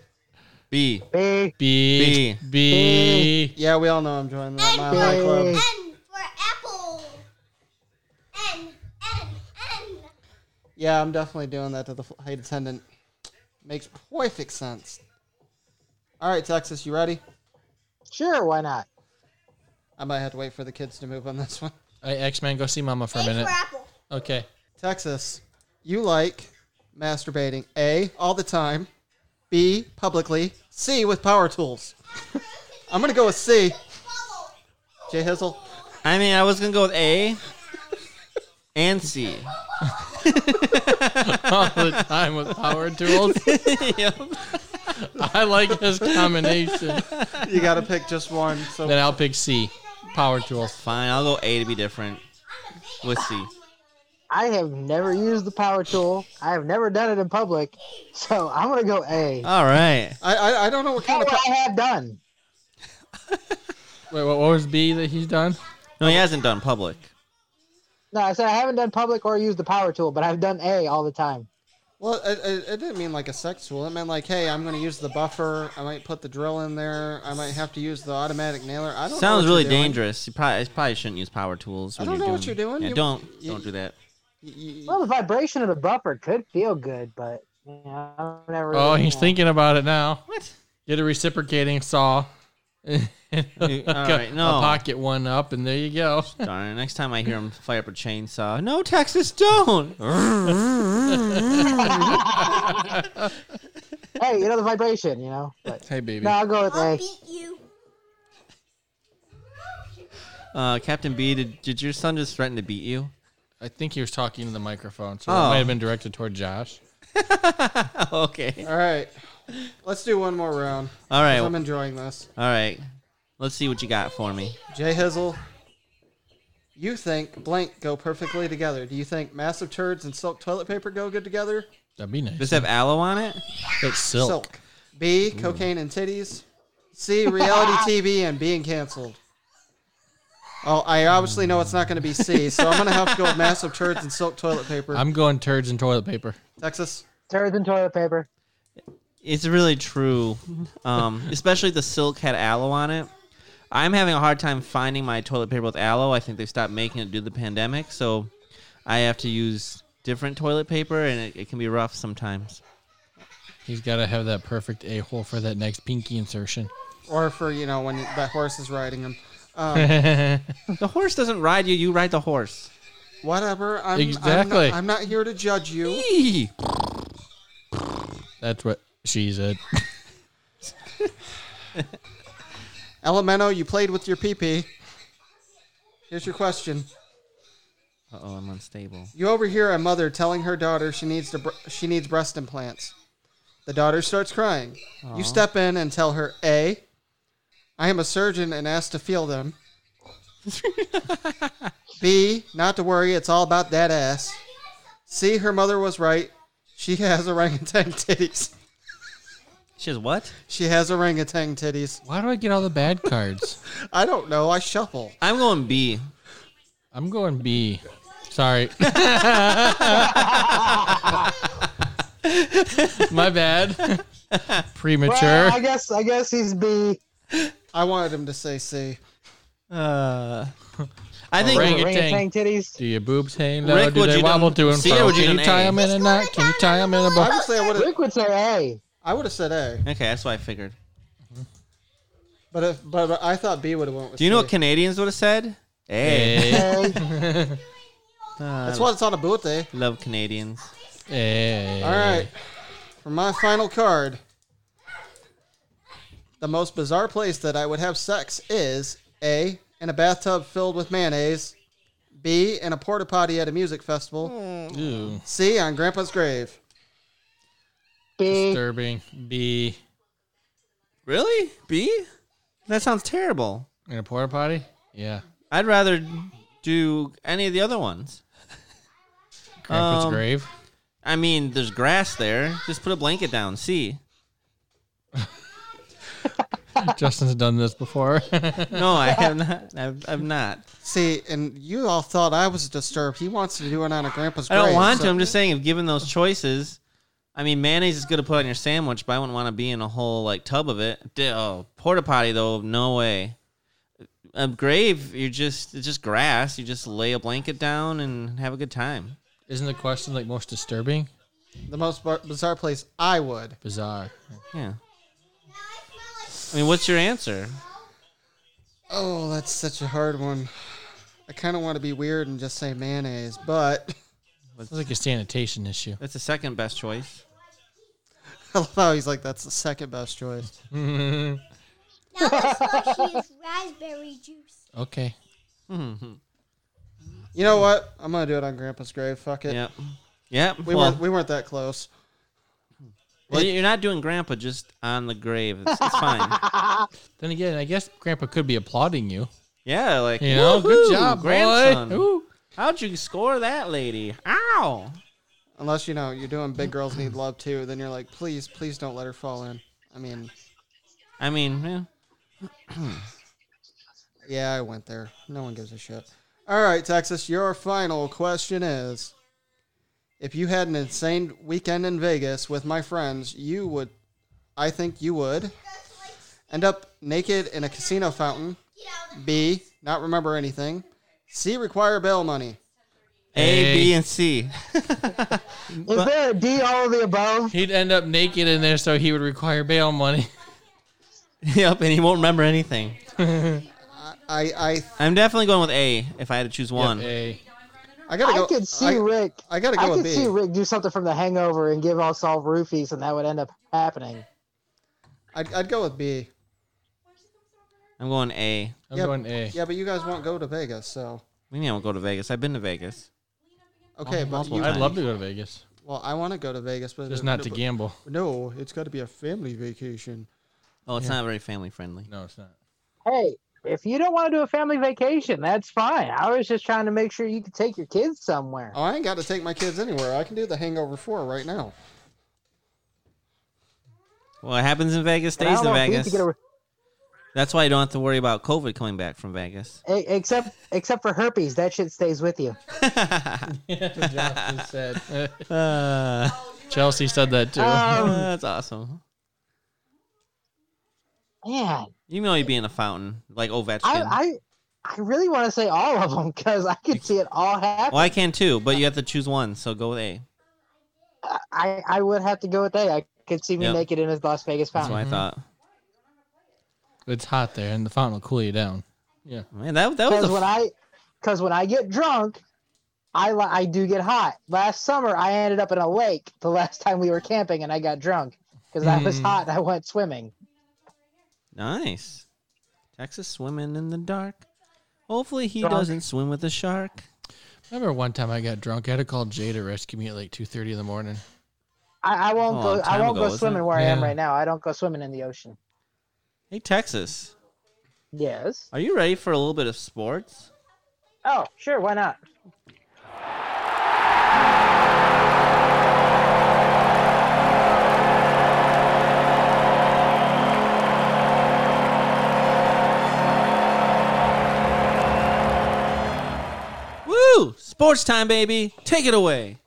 B.
B.
B
B.
B.
Yeah, we all know I'm joining that Mile High
B.
Club.
N for apple. N, N, N.
Yeah, I'm definitely doing that to the flight attendant. Makes perfect sense. All right, Texas, you ready?
Sure, why not?
I might have to wait for the kids to move on this one.
I X Men, go see Mama for a
A
minute.
for apple.
Okay.
Texas, you like masturbating A, all the time, B, publicly, C, with power tools. I'm going to go with C. Jay Hizzle.
I mean, I was gonna go with A and C.
All the time with power tools. I like this combination.
You got to pick just one. So
Then I'll pick C. Power tools.
Fine, I'll go A to be different with C.
I have never used the power tool. I have never done it in public, so I'm gonna go
Uh,
A.
All right.
I, I, I don't know what
Oh,
kind of.
I have done.
Wait, what what was B that he's done?
No, he hasn't done public.
No, I said I haven't done public or used the power tool, but I've done A all the time.
Well, it, it, it didn't mean like a sex tool. It meant like, hey, I'm going to use the buffer. I might put the drill in there. I might have to use the automatic nailer. I don't know
Sounds
what you're
really
doing.
dangerous. You probably, you probably shouldn't use power tools.
I
When
don't
you're
know what
doing,
you're doing.
Yeah,
You-
don't
you-
don't do that.
Y- y-
Well, the vibration of the buffer could feel good, but you know, I've never.
Oh,
really-
he's thinking about it now.
What?
Get a reciprocating saw. All
right, no.
A pocket one up, and there you go.
Darn it. Next time I hear him fire up a chainsaw, no, Texas, don't.
Hey, you know the vibration, you know. But
Hey, baby.
no, I'll go with
I'll
A.
beat you.
Uh, Captain B, did, did your son just threaten to beat you?
I think he was talking to the microphone, so it
Oh.
might have been directed toward Josh.
okay.
All right. Let's do one more round.
All right.
'cause
All
I'm enjoying this.
right. Let's see what you got for me.
Jay Hizzle, you think blank go perfectly together. Do you think massive turds and silk toilet paper go good together?
That'd be nice.
Does it have aloe on it?
It's silk.
B, cocaine and titties. C, reality TV and being canceled. Oh, I obviously know it's not going to be C, so I'm going to have to go with massive turds and silk toilet paper.
I'm going turds and toilet paper.
Texas.
Turds and toilet paper.
It's really true. Um, especially the silk had aloe on it. I'm having a hard time finding my toilet paper with aloe. I think they stopped making it due to the pandemic, so I have to use different toilet paper, and it, it can be rough sometimes.
He's got to have that perfect a hole for that next pinky insertion.
or for you know when the horse is riding him. Um,
The horse doesn't ride you; you ride the horse.
whatever. I'm,
Exactly.
I'm not, I'm not here to judge you.
That's what she said.
Elemento, you played with your pee pee. Here's your question.
Uh oh, I'm unstable.
You overhear a mother telling her daughter she needs to br- she needs breast implants. The daughter starts crying. You step in and tell her A, I am a surgeon and asked to feel them. B, not to worry, it's all about that ass. C, her mother was right. She has orangutan titties.
She says, "What?
She has orangutan titties.
Why do I get all the bad cards?
I don't know. I shuffle.
I'm going B.
I'm going B. Sorry. My bad. Premature.
Well, I guess I guess he's B.
I wanted him to say C.
Uh, I think
Orangutan.
Orangutan titties.
do your boobs hang low?
Rick,
do
would
they
you
wobble
done-
to and
See,
fro?
would you
Can you
done
tie
A?
them in a knot? Can you tie them in a bow?
Obviously, I would have.
Rick would say
I would have said A,
okay, that's what I figured.
but if, but, but I thought B would have went with.
Do you know
C.
what Canadians would have said? Hey,
A.
Eh,
A.
That's why it's on a birthday.
love Canadians.
eh.
All right. For my final card, the most bizarre place that I would have sex is A, in a bathtub filled with mayonnaise, B, in a porta potty at a music festival,
Ew,
C, on Grandpa's grave.
B.
disturbing. B.
Really? B? That sounds terrible.
In a porta potty? Yeah.
I'd rather do any of the other ones.
Grandpa's
Um,
grave.
I mean, there's grass there. Just put a blanket down. See?
Justin's done this before.
No, I have not. I've, I'm not.
See, and you all thought I was disturbed. He wants to do it on a Grandpa's
I
grave.
don't want
so-
to. I'm just saying, if given those choices, I mean, mayonnaise is good to put on your sandwich, but I wouldn't want to be in a whole like tub of it. D- Oh, porta potty though, no way. A grave, you're just it's just grass. You just lay a blanket down and have a good time.
Isn't the question like most disturbing?
The most bar- bizarre place I would.
Bizarre.
Yeah.
Now I smell like
I mean, what's your answer?
Oh, that's such a hard one. I kind of want to be weird and just say mayonnaise, but
Sounds like a sanitation issue.
That's the second best choice.
I love how he's like, that's the second best choice.
Mm-hmm.
now I smell like she is raspberry juice.
Okay.
You know what? I'm gonna do it on Grandpa's grave. Fuck it.
Yep. Yep.
We
well,
weren't we weren't that close.
well, you're not doing grandpa just on the grave. It's, it's fine.
Then again, I guess Grandpa could be applauding you.
Yeah, like
You know,
"Woohoo,
good job,
grandson.
boy. Ooh.
How'd you score that lady? Ow!
Unless you know you're doing big girls need love too, then you're like, please, please don't let her fall in. I mean,
I mean, yeah.
yeah, I went there. No one gives a shit. All right, Texas, your final question is: If you had an insane weekend in Vegas with my friends, you would, I think you would, end up naked in a casino fountain. B, not remember anything. C, require bail money.
A,
Hey.
B, and C.
Is there a D all of the above?
He'd end up naked in there, so he would require bail money.
yep, and he won't remember anything.
I, I
I'm definitely going with A if I had to choose one.
A.
I gotta go.
I could see
I-
Rick.
I gotta
I
go with
could
B.
see Rick do something from The Hangover and give us all roofies, and that would end up happening.
I'd, I'd go with B.
I'm going A.
I'm
Yeah,
going A.
Yeah, but you guys won't go to Vegas, so
We need to go to Vegas. I've been to Vegas.
Uh-huh.
okay. But
multiple
you,
times.
I'd love to go to Vegas,
well, I want to go to Vegas, but
just not to gamble.
No, it's got to be a family vacation.
Oh, it's not very family friendly.
No, it's not.
Hey, if you don't want to do a family vacation, that's fine. I was just trying to make sure you could take your kids somewhere.
Oh, I ain't got to take my kids anywhere. I can do the Hangover Four right now.
Well, it happens in Vegas
And I
stays in
don't want you to
Vegas.
get a-
That's why you don't have to worry about COVID coming back from Vegas.
E- except except for herpes, that shit stays with you.
Uh, Ah.
Chelsea said that too.
Um,
that's awesome.
man,
You know you being a fountain, like Ovechkin.
I, I, I really want to say all of them because I can see it all happen.
well, I can too, but you have to choose one. So go with A.
I, I would have to go with that. I could see me
Yep.
naked in his Las Vegas
That's what
fountain.
I thought.
It's hot there, and the fountain will cool you down.
Man, that that was
Because
a.
when I, because when I get drunk, I li- I do get hot. Last summer, I ended up in a lake the last time we were camping, and I got drunk because I was
Hmm.
hot. and I went swimming.
Nice. Texas swimming in the dark. Hopefully he
Dark.
doesn't swim with a shark.
Remember one time I got drunk? I had to call Jay to rescue me at like two thirty in the morning.
I, I won't
A Oh, long
go. I
time
won't
ago,
go
wasn't
swimming
it?
where I am
Yeah.
right now. I don't go swimming in the ocean.
Hey Texas,
Yes.
are you ready for a little bit of sports?
Oh, sure. Why not?
Woo! Sports time, baby. Take it away.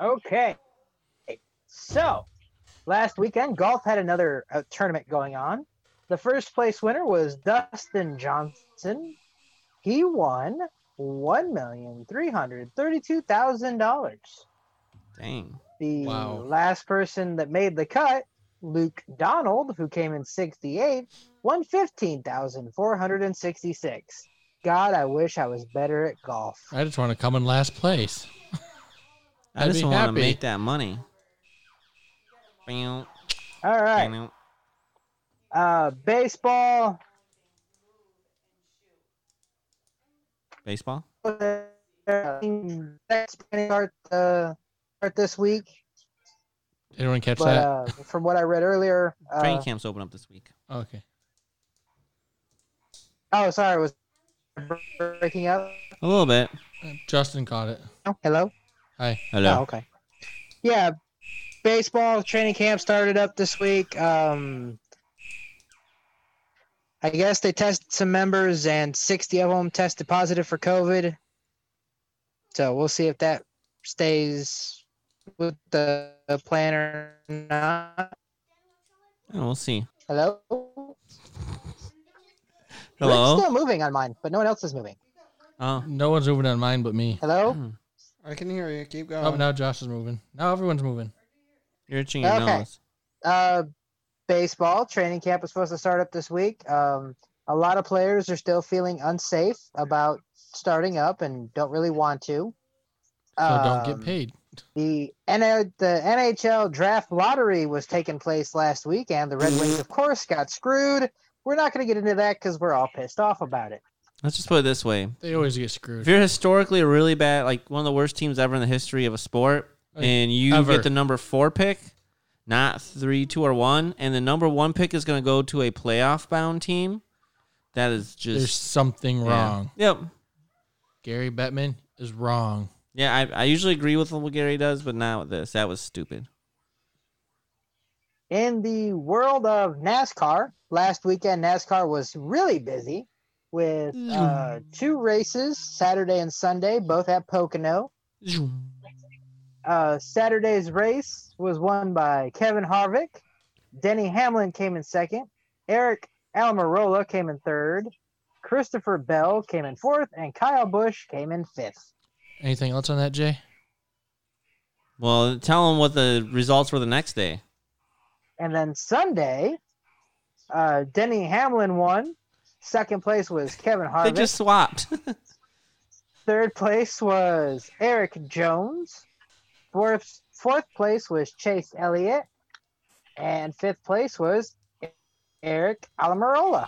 Okay. So, last weekend, golf had another uh, tournament going on. The first place winner was Dustin Johnson. He won $1,332,000.
Dang.
The
Wow.
last person that made the cut, Luke Donald, who came in 68, won 15466 God, I wish I was better at golf.
I just want to come in last place.
I
I'd
just
be
want to
happy.
make that money. Meow,
All right.
meow.
Uh, baseball,
Baseball.
next start uh, start this week.
Anyone catch
But
that?
uh, from what I read earlier, uh,
Training camps open up this week.
okay.
oh sorry, it was breaking up.
A little bit.
Uh, Justin caught it.
Oh, hello.
Hi.
Hello.
Oh, okay. Yeah, baseball training camp started up this week. Um, I guess they tested some members, and sixty of them tested positive for COVID. So we'll see if that stays with the the plan or not.
Yeah, we'll see.
Hello. It's
Hello.
still moving on mine, but no one else is moving.
Oh. Hmm.
No one's moving on mine but me.
Hello.
I can hear you. Keep going.
Oh, now Josh is moving. Now everyone's moving.
You're itching your
Okay.
nose.
Uh, baseball training camp is supposed to start up this week. Um, a lot of players are still feeling unsafe about starting up and don't really want to.
So don't
Um,
get paid.
The NL the NHL draft lottery was taking place last week, and the Red
Mm-hmm.
Wings, of course, got screwed. We're not going to get into that because we're all pissed off about it.
Let's just put it this way.
They always get
If
screwed.
you're historically really bad, like one of the worst teams ever in the history of a sport,
Like,
and you
ever.
get the number four pick, not three, two, or one, and the number one pick is going to go to a playoff bound team, that is just
There's something
yeah.
wrong.
Yep.
Gary Bettman is wrong.
Yeah, I, I usually agree with what Gary does, but not with this. That was stupid.
In the world of NASCAR, last weekend NASCAR was really busy with
Hmm.
uh, two races, Saturday and Sunday, both at Pocono. Uh, Saturday's race was won by Kevin Harvick. Denny Hamlin came in second. Eric Almirola came in third. Christopher Bell came in fourth, and Kyle Busch came in fifth.
Anything else on that, Jay?
Well, tell him what the results were the next day.
And then Sunday, uh, Denny Hamlin won. Second place was Kevin Harvick.
They just swapped.
Third place was Eric Jones. Fourth, fourth place was Chase Elliott. And fifth place was Eric Almirola.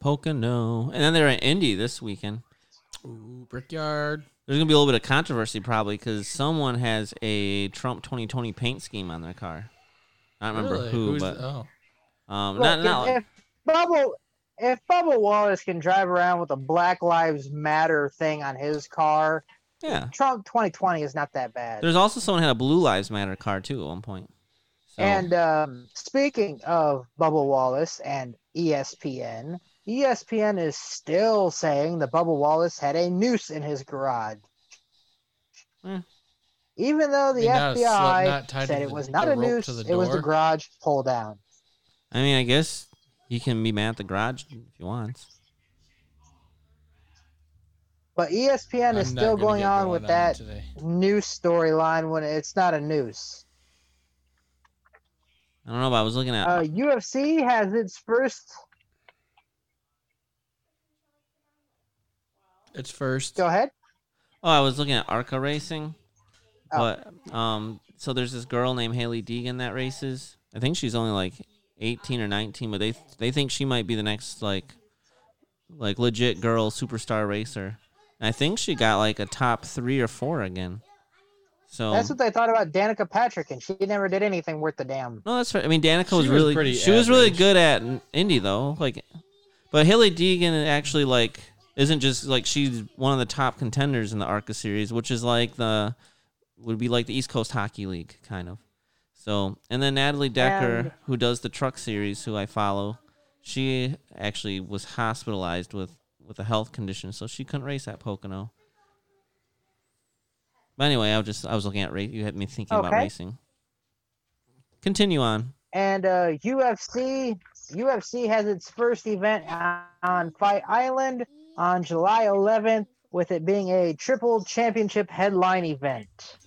Pocono. And then they're in Indy this weekend.
Ooh, Brickyard.
There's going to be a little bit of controversy probably because someone has a Trump 2020 paint scheme on their car. I don't remember
Really?
who,
Who's
but
the- oh.
um,
Look,
not,
if-
not
if, Bubble if Bubble Wallace can drive around with a Black Lives Matter thing on his car,
yeah.
Trump 2020 is not that bad.
There's also someone had a Blue Lives Matter car too at one point. So,
And um, speaking of Bubble Wallace and E ESPN, ESPN is still saying that Bubble Wallace had a noose in his garage.
Hmm.
Even though the
He not a slut,
FBI
not tied to
said
the-
it was not
the
a
rope
noose,
to the
it was the
door?
garage pull down.
I mean, I guess He can be mad at the garage if he wants.
But E ESPN
I'm
is
not
still
gonna
going
get
on with that
today.
news storyline when it's not a noose.
I don't know, but I was looking at
Uh, UFC has its first.
It's first.
Go ahead.
Oh, I was looking at ARCA racing.
Oh.
But um so there's this girl named Haley Deegan that races. I think she's only like 18 or 19, but they they think she might be the next like like legit girl superstar racer. And I think she got like a top 3 or 4 again. So
That's what they thought about Danica Patrick, and she never did anything worth the damn.
No, that's fair. I mean, Danica
She
was
was
really
pretty
she was really
average.
good at indie though. Like, but Haley Deegan actually like isn't just like she's one of the top contenders in the ARCA series, which is like the would be like the East Coast Hockey League kind of. So, and then Natalie Decker,
And-
who does the truck series, who I follow, she actually was hospitalized with with a health condition, so she couldn't race at Pocono. But anyway, I was just I was looking at race. You had me thinking about
Okay.
racing. Continue on.
And uh, UFC UFC has its first event on- on Fight Island on July 11th, with it being a triple championship headline event.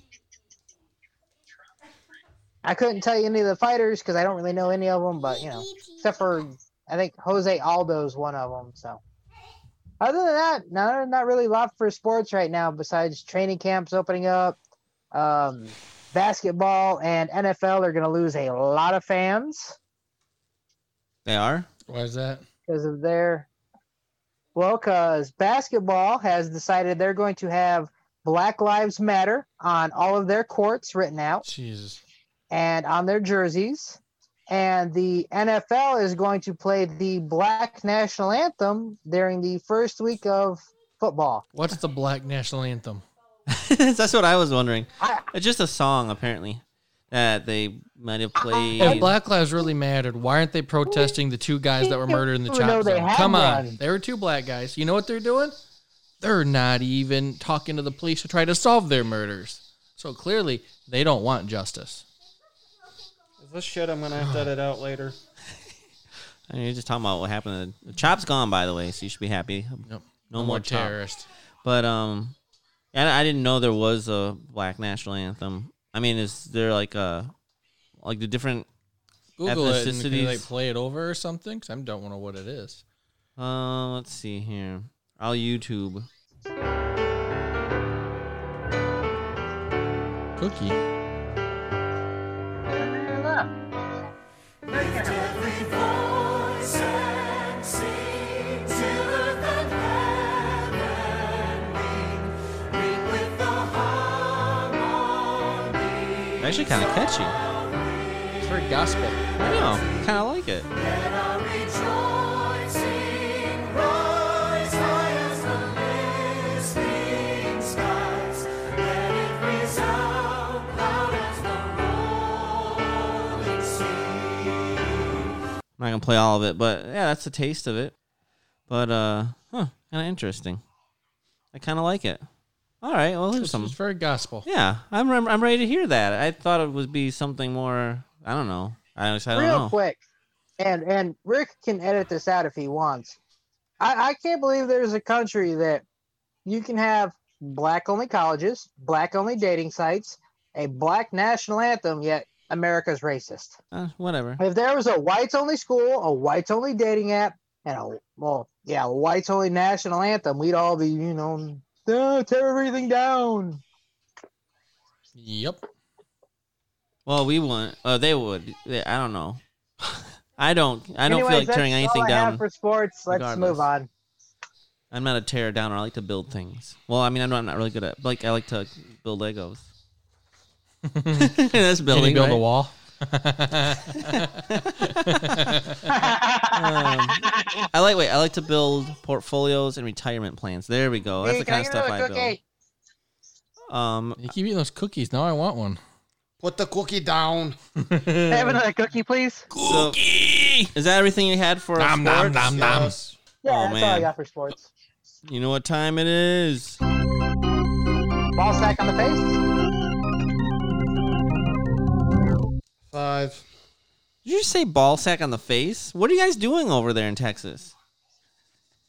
I couldn't tell you any of the fighters because I don't really know any of them, but you know, except for I think Jose Aldo's one of them. So, other than that, no, not really a lot for sports right now besides training camps opening up. Um, basketball and NFL are going to lose a lot of fans
They are.
Why is that?
because of their. Well, because basketball has decided they're going to have Black Lives Matter on all of their courts written out
Jesus.
and on their jerseys. And the NFL is going to play the Black National Anthem during the first week of football.
What's the black national anthem?
That's what I was wondering.
I-
It's just a song apparently that they might have
If
played.
Black Lives really mattered, why aren't they protesting the two guys that were murdered in the
No,
chop
they
zone?
had
Come on,
one.
they were two black guys. You know what they're doing? They're not even talking to the police to try to solve their murders. So clearly, they don't want justice.
This shit I'm gonna have to edit out later.
I mean, you're just talking about what happened. to The chop's gone, by the way, so you should be happy.
Nope.
No more chop.
terrorists.
But um, and I didn't know there was a black national anthem. I mean, is there like a like the different?
Google it and
Ethnicities.
can they play it over or something? 'Cause I don't know what it is.
Uh, let's see here. I'll YouTube.
Cookie.
Actually, kind of catchy.
It's very gospel.
I know. Kind of like it. I'm not gonna play all of it, but yeah, that's the taste of it. But uh, huh, kind of interesting. I kind of like it. All right, well, here's
It's
some.
very gospel.
Yeah, I'm rem- I'm ready to hear that. I thought it would be something more. I don't know. I, I don't
real
know.
quick, and and Rick can edit this out if he wants. I, I can't believe there's a country that you can have black only colleges, black only dating sites, a black national anthem, yet America's racist.
Uh, whatever.
If there was a whites only school, a whites only dating app, and a well, yeah, a whites only national anthem, we'd all be, you know, "Ah, tear everything down.
Yep.
Well, we wouldn't. Uh, they would. They- I don't know. I don't. I don't
Anyways,
feel like tearing
that's
anything
all I have
down.
for sports. Let's
regardless.
move on.
I'm not a tear downer. I like to build things. Well, I mean, I'm not, I'm not really good at. Like, I like to build Legos. That's
Can you
building.
build
right?
a wall?
Um, I like. Wait, I like to build portfolios and retirement plans. There we go. That's
Hey,
the
can I
kind of
get
stuff
another
I build.
cookie?
Um,
You keep eating those cookies. Now I want one.
Put the cookie down.
Can I Have another cookie, please.
so- is that everything you had for us?
Nom, nom, nom, nom.
Yes.
Yeah,
Oh,
that's all
man.
I got for sports.
You know what time it is?
Ball sack on the face.
Five.
Did you say ball sack on the face? What are you guys doing over there in Texas?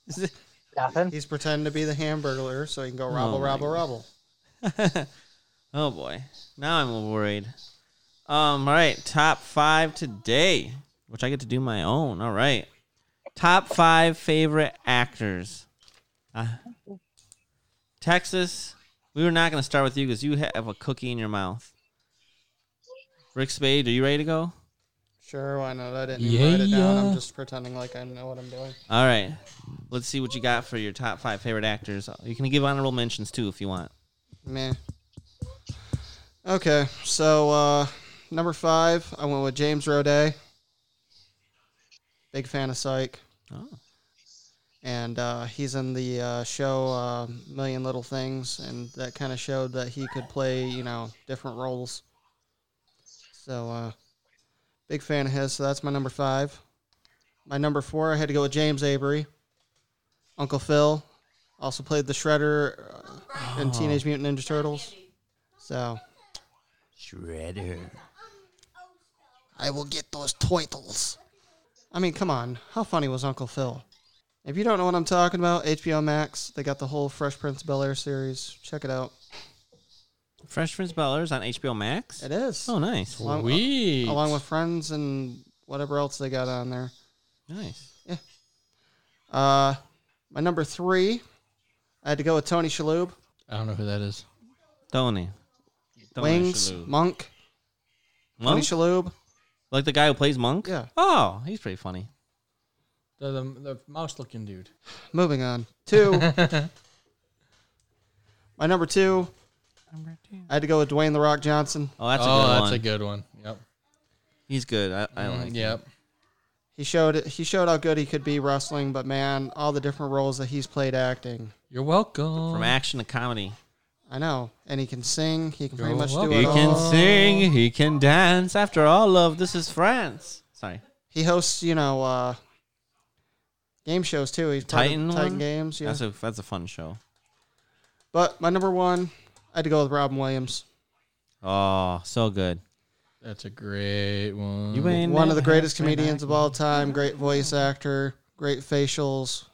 Is it-
Nothing.
He's pretending to be the hamburglar so he can go robble,
my
robble, robble.
oh boy, now I'm a little worried. Um, all right, top five today, which I get to do my own. All right, top five favorite actors. Uh, Texas, we were not going to start with you because you have a cookie in your mouth. Rick Spade, are you ready to go?
Sure, why not? I didn't even write it down.
Yeah.
I'm just pretending like I know what I'm doing.
All right, let's see what you got for your top five favorite actors. You can give honorable mentions too if you want.
Meh. Okay, so uh, number five, I went with James Roday. Big fan of Psych.
Oh.
And uh, he's in the uh, show uh, Million Little Things, and that kind of showed that he could play, you know, different roles. So, uh, big fan of his. So that's my number five. My number four, I had to go with James Avery. Uncle Phil also played the Shredder uh, in Teenage Mutant Ninja Turtles. So
Shredder.
I will get those turtles. I mean, come on, how funny was Uncle Phil? If you don't know what I'm talking about, HBO Max, they got the whole Fresh Prince of Bel Air series. Check it out.
Fresh Prince of Bel-Air's on HBO Max.
It is.
Oh, nice,
Along-
Sweet.
Along with Friends and whatever else they got on there.
nice.
Uh, my number three, I had to go with Tony Shalhoub.
I don't know who that is.
Tony. Tony
Wings,
Shalhoub.
Monk, Tony
Monk?
Shalhoub.
Like the guy who plays Monk?
Yeah.
Oh, he's pretty funny.
The, the, the mouse looking dude.
Moving on. Two. my number two, I had to go with Dwayne the Rock Johnson.
Oh, that's a
oh,
good
that's
one.
a Mm, good one. Yep.
He's good. I, I like. him.
Yep.
He showed he showed how good he could be wrestling, but man, all the different roles that he's played acting.
You're welcome.
From action to comedy.
I know, and he can sing. He Oh. can pretty
You're
much do
welcome.
it
He
He
all.
can sing. He can dance. After all, love, this is France. Sorry.
He hosts, you know, uh, game shows too. He's part of
Titan one?
Titan Games. Yeah.
That's a that's a fun show.
but my number one, I had to go with Robin Williams.
Oh, so good.
That's a great one.
You ain't
one of
never
the greatest
had me
comedians
back.
of all time. Great voice actor, great facials.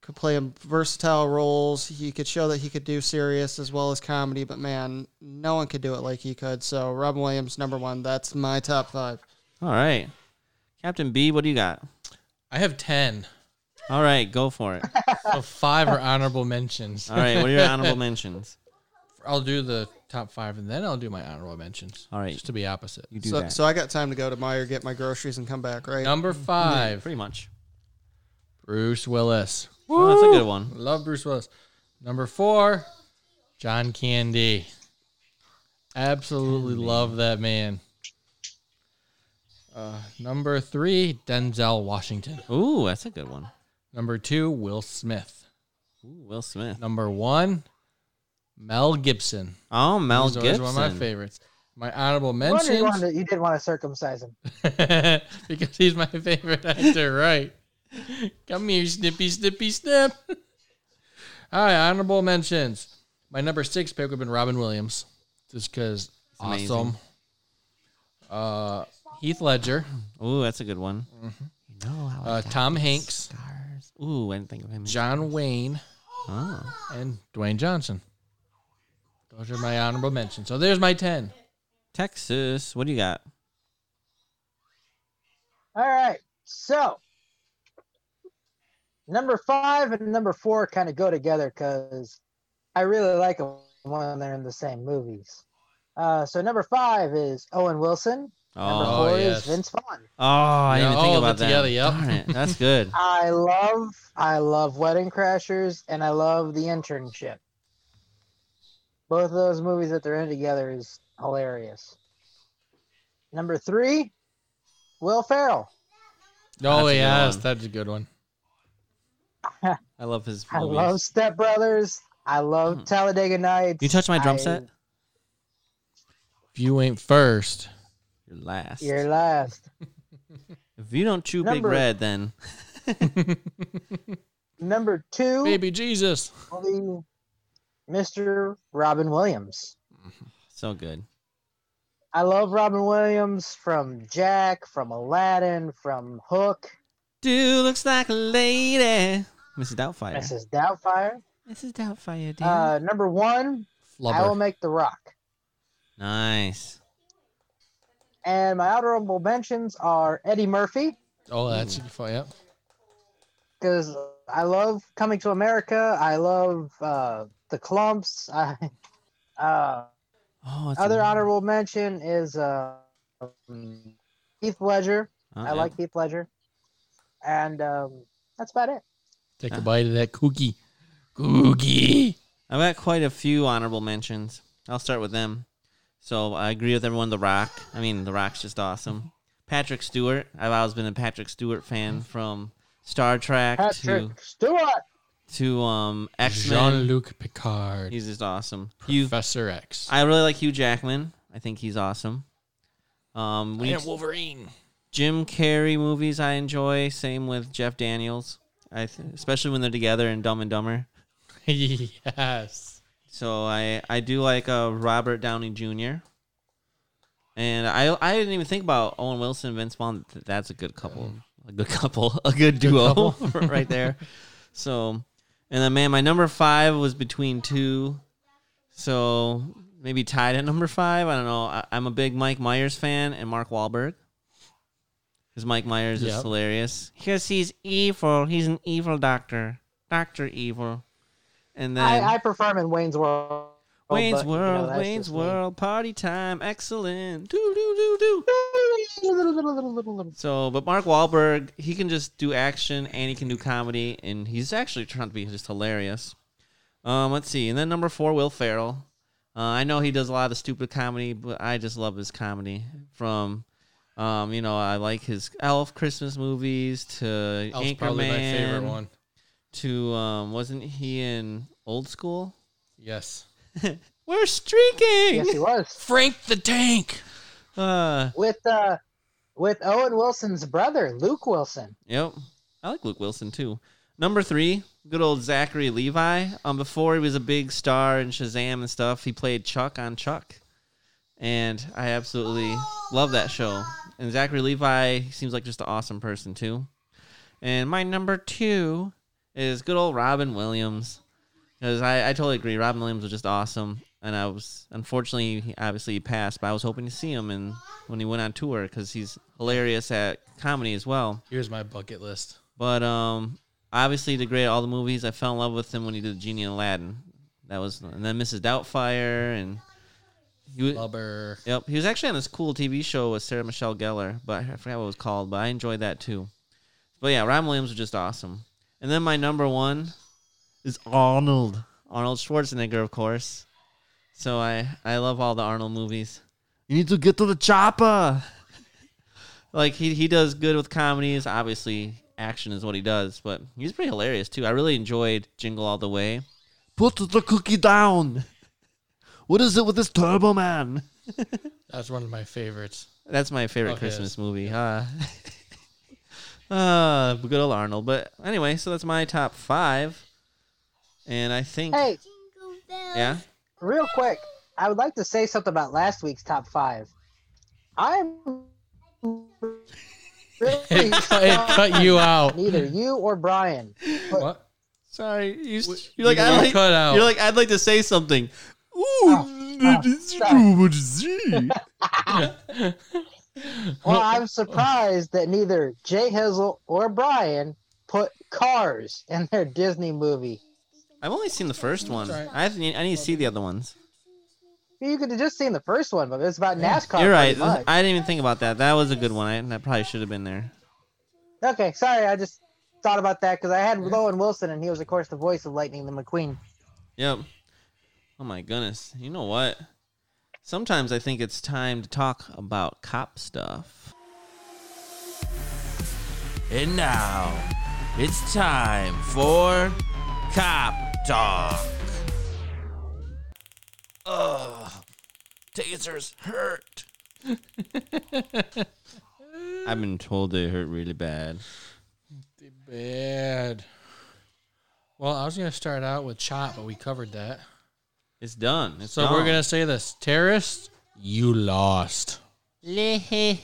Could play in versatile roles. He could show that he could do serious as well as comedy. But man, no one could do it like he could. So Robin Williams, number one. That's my top five.
All right, Captain B, what do you got?
I have 10.
All right, go for it.
So five are honorable mentions.
All right, what are your honorable mentions?
I'll do the top five and then I'll do my honorable mentions.
All right.
Just to be opposite.
You do
So,
that.
so I got time to go to Meyer, get my groceries, and come back. Right?
Number five,
Pretty much.
Bruce Willis.
Oh, that's a good one.
Love Bruce Willis. Number four, John Candy. Absolutely love that man. Uh, number three, Denzel Washington.
Ooh, that's a good one.
Number two, Will Smith.
Ooh, Will Smith.
Number one, Mel Gibson.
Oh, Mel
He's always
Gibson.
one of my favorites. My honorable
Wonder you,
mentions
wanted- you didn't want to circumcise him.
because he's my favorite actor, right? Come here, snippy, snippy, snip. All right, honorable mentions. My number six pick would have been Robin Williams, just because
amazing.
awesome. Uh, Heath Ledger,
Ooh, that's a good one. You know how
Mm-hmm. uh, Tom Hanks,
stars. Ooh, I didn't think of him.
John Wayne,
Oh.
and Dwayne Johnson. Those are my honorable mentions. So there's my ten.
Texas, what do you got?
All right. So number five and number four kind of go together because I really like them when they're in the same movies. Uh, so number five is Owen Wilson.
Oh,
Number
Oh,
four
yes.
is Vince Vaughn.
oh I didn't
Yeah,
even think
all of
about
it
that.
together, yep.
Darn it, that's good.
I love I love Wedding Crashers and I love The Internship. Both of those movies that they're in together is hilarious. Number three, Will Ferrell.
a
Oh
good
yes,
one.
that's a good one.
I love his
I
movies.
love Step Brothers. I love
Hmm.
Talladega Nights.
you touch my drum
I-
set?
If you ain't first,
You're last.
Your last.
if you don't chew Big
Number-
Red, then
Number two
baby Jesus.
will be Mr. Robin Williams.
so good.
I love Robin Williams from Jack, from Aladdin, from Hook,
Dude looks like a lady. Mrs. Doubtfire.
Mrs. Doubtfire.
Mrs. Doubtfire, dude.
Uh, number one, I will
Flubber.
make the Rock.
nice.
And my honorable mentions are Eddie Murphy
Oh, that's fun. Yeah.
because I love Coming to America. I love uh, the Clumps. I, uh,
Oh, it's
other
a-
honorable mention is uh, um, Heath Ledger.
Oh,
I
yeah.
like Heath Ledger, and um, that's about it.
Take a bite of that cookie. Cookie.
I've got quite a few honorable mentions. I'll start with them. So I agree with everyone. The Rock. I mean, The Rock's just awesome. Patrick Stewart. I've always been a Patrick Stewart fan from Star Trek
Patrick Stewart.
to to um X
Jean
Men.
Luc Picard.
He's just awesome. Hugh.
Professor X.
I really like Hugh Jackman. I think he's awesome. Um, we
I
need
am Wolverine.
Jim Carrey movies I enjoy. Same with Jeff Daniels. I th- especially when they're together in Dumb and Dumber.
yes.
So I I do like uh, Robert Downey Jr. And I I didn't even think about Owen Wilson Vince Vaughn. Th- That's a good couple, a good couple, a good duo
couple.
right there. So and then man, my number five was between two, so maybe tied at number five. I don't know. I, I'm a big Mike Myers fan and Mark Wahlberg. Because Mike Myers is
Yep.
hilarious. Because he's evil. He's an evil doctor. Doctor Evil. And then
I, I prefer him in Wayne's World.
Wayne's
Oh, but, you know,
World,
that's
Wayne's
just me.
World, party time, excellent. Do do do do. So, but Mark Wahlberg, he can just do action and he can do comedy, and he's actually trying to be just hilarious. Um, let's see, and then number four, Will Ferrell. Uh, I know he does a lot of stupid comedy, but I just love his comedy. From, um, you know, I like his Elf Christmas movies to
That was
Anchorman
probably my favorite one.
to um, wasn't he in Old School?
Yes.
We're streaking.
Yes, he was
Frank the Tank.
Uh,
with uh, with Owen Wilson's brother, Luke Wilson.
Yep. I like Luke Wilson too. Number three, good old Zachary Levi. Um, before he was a big star in Shazam and stuff, he played Chuck on Chuck, and I absolutely love that show. And Zachary Levi seems like just an awesome person too. And my number two is good old Robin Williams, because I, I totally agree. Robin Williams was just awesome, and I was unfortunately he obviously he passed, but I was hoping to see him and when he went on tour because he's hilarious at comedy as well.
Here's my bucket list.
But um, obviously, the great all the movies. I fell in love with him when he did Genie and Aladdin. That was, and then Mrs. Doubtfire, and he was,
Flubber.
yep, he was actually on this cool TV show with Sarah Michelle Gellar, but I forgot what it was called. But I enjoyed that too. But yeah, Robin Williams was just awesome. And then my number one is Arnold, Arnold Schwarzenegger, of course. So I I love all the Arnold movies. You need to get to the chopper. like he he does good with comedies. Obviously, action is what he does, but he's pretty hilarious too. I really enjoyed Jingle All the Way. Put the cookie down. What is it with this Turbo Man?
That's one of my favorites.
That's my favorite
Okay,
Christmas
yes.
movie. Uh, uh, good old Arnold. But anyway, so that's my top five, and I think
Hey,
Jingle bells.
yeah,
real quick, I would like to say something about last week's top five. I'm really
It, cut, it cut you out.
neither you or Brian.
What?
sorry, you,
Wh-
you're like
you
I
were
like
cut out.
you're like I'd like to say something. Ooh,
oh, Well, I'm surprised that neither Jay Hizzle or Brian put Cars in their Disney movie.
I've only seen the first one.
Sorry.
I have, I need to see the other ones.
You could have just seen the first one, but it's about NASCAR.
You're right.
pretty much.
I didn't even think about that. That was a good one. I, that probably should have been there.
Okay, sorry, I just thought about that because I had Owen Wilson, and he was, of course, the voice of Lightning the McQueen.
Yep. Oh my goodness. You know what? Sometimes I think it's time to talk about cop stuff. And now it's time for cop talk. Ugh. Tasers hurt. I've been told they hurt really bad.
Bad. Well, I was going to start out with Chop, but we covered that.
It's done. It's
So
gone.
we're going to say this terrorists You lost.
Loser.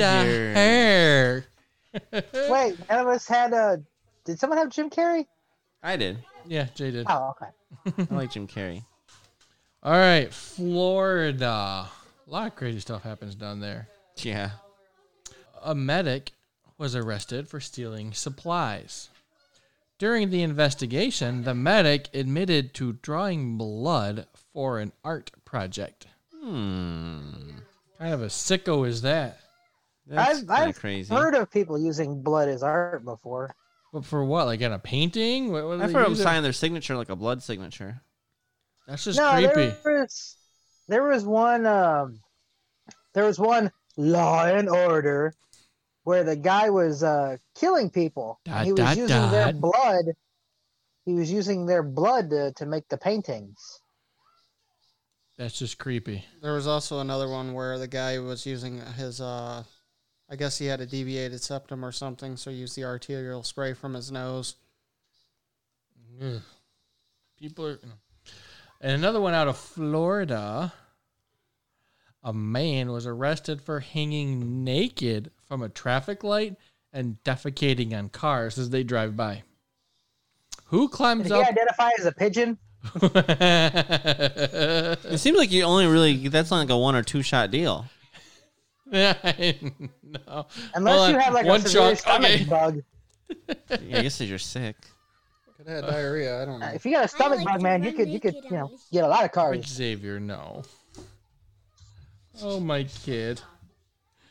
Zahar.
Wait, none of us had a. Did someone have Jim Carrey?
I did.
Yeah, Jay did.
Oh, okay.
I like Jim Carrey.
All right, Florida. A lot of crazy stuff happens down there.
Yeah.
a medic was arrested for stealing supplies. During the investigation, the medic admitted to drawing blood for an art project.
Hmm.
Kind of a sicko is that?
That's
I've,
kinda
I've
crazy.
heard of people using blood as art before.
But for what? Like in a painting? What, what do
I've
they
heard them
use it-
sign their signature like a blood signature.
That's just
no,
creepy.
there was there was one um, there was one Law and Order where the guy was uh, killing people.
Da,
he was
da,
using
da.
their blood. He was using their blood to, to make the paintings.
That's just creepy.
There was also another one where the guy was using his, uh, I guess he had a deviated septum or something, so he used the arterial spray from his nose.
Ugh. People are. And another one out of Florida. A man was arrested for hanging naked from a traffic light and defecating on cars as they drive by. Who
Did
climbs
he identify as a pigeon?
up?
It seems like you only really that's like a one or two shot deal.
no.
Unless
Hold
you
on,
have like
one
a severe
chunk,
stomach
okay.
bug.
Yeah, I guess if you're sick.
Could have had diarrhea. I don't
Uh,
know.
If you got a stomach
like
bug,
to
man, you
run
could you could
naked
you
on
know
the
get a lot of
Like
cars.
Xavier, no. Oh, my kid.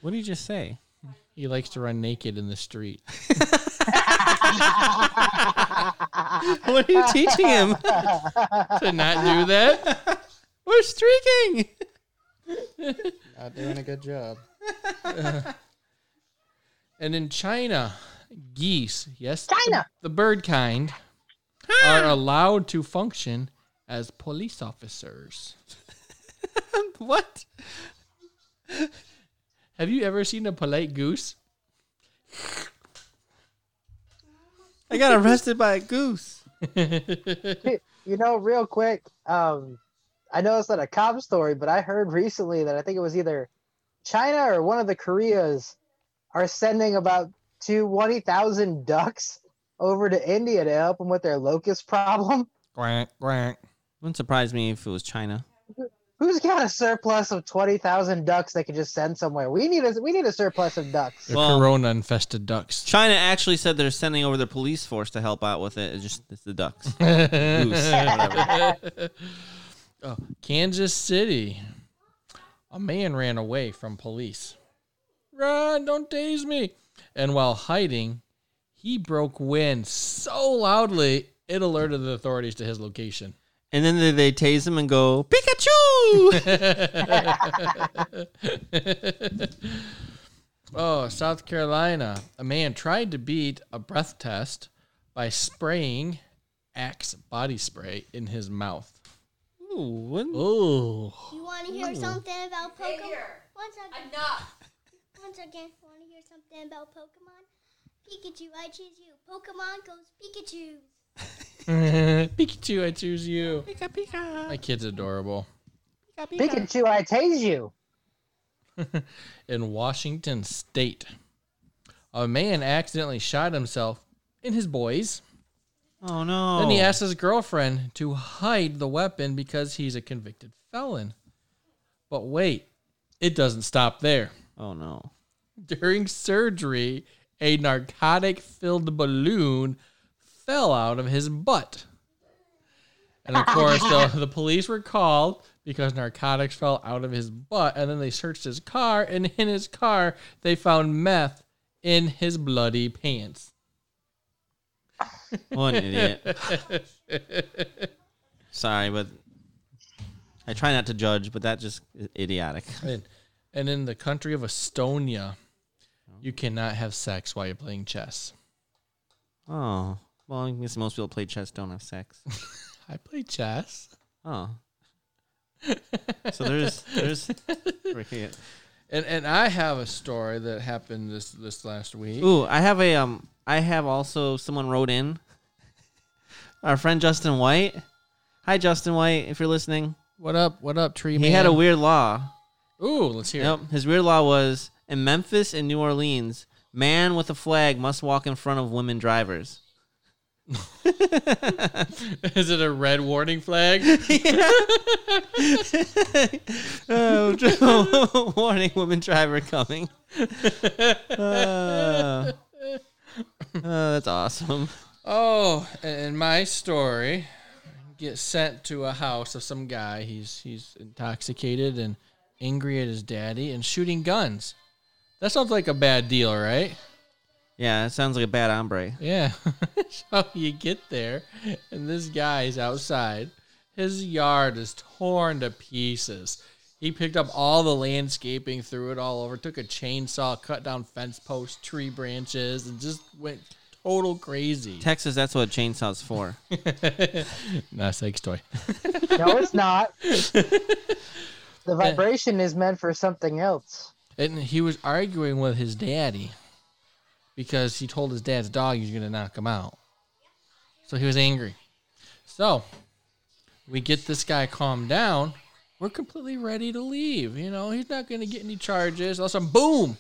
What did you just say?
He likes to run naked in the street.
What are you teaching him?
to not do that?
We're streaking.
Not doing a good job.
And in China, geese, yes,
China.
the, the bird kind, are allowed to function as police officers.
What?
Have you ever seen a polite goose?
I got arrested by a goose.
You know, real quick, um, I know it's not a cop story, but I heard recently that I think it was either China or one of the Koreas are sending about two twenty thousand ducks over to India to help them with their locust problem.
Quack, quack.
Wouldn't surprise me if it was China.
Who's got a surplus of twenty thousand ducks they could just send somewhere? We need a we need a surplus of ducks.
They're
Well-
corona infested ducks.
China actually said they're sending over their police force to help out with it. It's just it's the ducks.
Oh, Kansas City. A man ran away from police. Run, don't tase me. And while hiding, he broke wind so loudly it alerted the authorities to his location.
And then they, they tase him and go Pikachu.
oh, South Carolina. A man tried to beat a breath test by spraying Axe body spray in his mouth.
Ooh, wouldn't-
Oh.
You want to hear something about Pokemon? One second.
Enough.
One second. Want to hear something about Pokemon? Pikachu, I choose you. Pokemon goes Pikachu.
Pikachu, I choose you. Pika, Pika. My kid's adorable.
Pikachu, I tase you.
In Washington State, a man accidentally shot himself in his boys.
Oh no.
Then he asked his girlfriend to hide the weapon because he's a convicted felon. But wait, it doesn't stop there.
Oh no.
During surgery, a narcotic filled balloon fell out of his butt. And of course, the, the police were called because narcotics fell out of his butt. And then they searched his car, and in his car, they found meth in his bloody pants.
What an idiot. Sorry, but I try not to judge, but that just is idiotic.
And, and in the country of Estonia, you cannot have sex while you're playing chess.
Oh. Well, I guess most people play chess don't have sex.
I play chess.
Oh. So there's there's
And and I have a story that happened this this last week.
Ooh, I have a um I have also someone wrote in. Our friend Justin White. Hi Justin White, if you're listening.
What up? What up, tree
He
man?
had a weird law.
Ooh, let's hear. it.
Yep. His weird law was in Memphis and New Orleans, man with a flag must walk in front of women drivers.
Is it a red warning flag?
Oh, warning, woman driver coming. Uh, uh, that's awesome.
Oh, in my story, get sent to a house of some guy. He's he's intoxicated and angry at his daddy and shooting guns. That sounds like a bad deal, right?
Yeah, it sounds like a bad hombre.
Yeah. so you get there, and this guy's outside. His yard is torn to pieces. He picked up all the landscaping, threw it all over, took a chainsaw, cut down fence posts, tree branches, and just went total crazy.
Texas, that's what a chainsaw's for.
no, it's sex toy.
No, it's not. The vibration is meant for something else.
And he was arguing with his daddy because he told his dad's dog he was going to knock him out. So he was angry. So we get this guy calmed down. We're completely ready to leave. You know, he's not going to get any charges. Also, boom!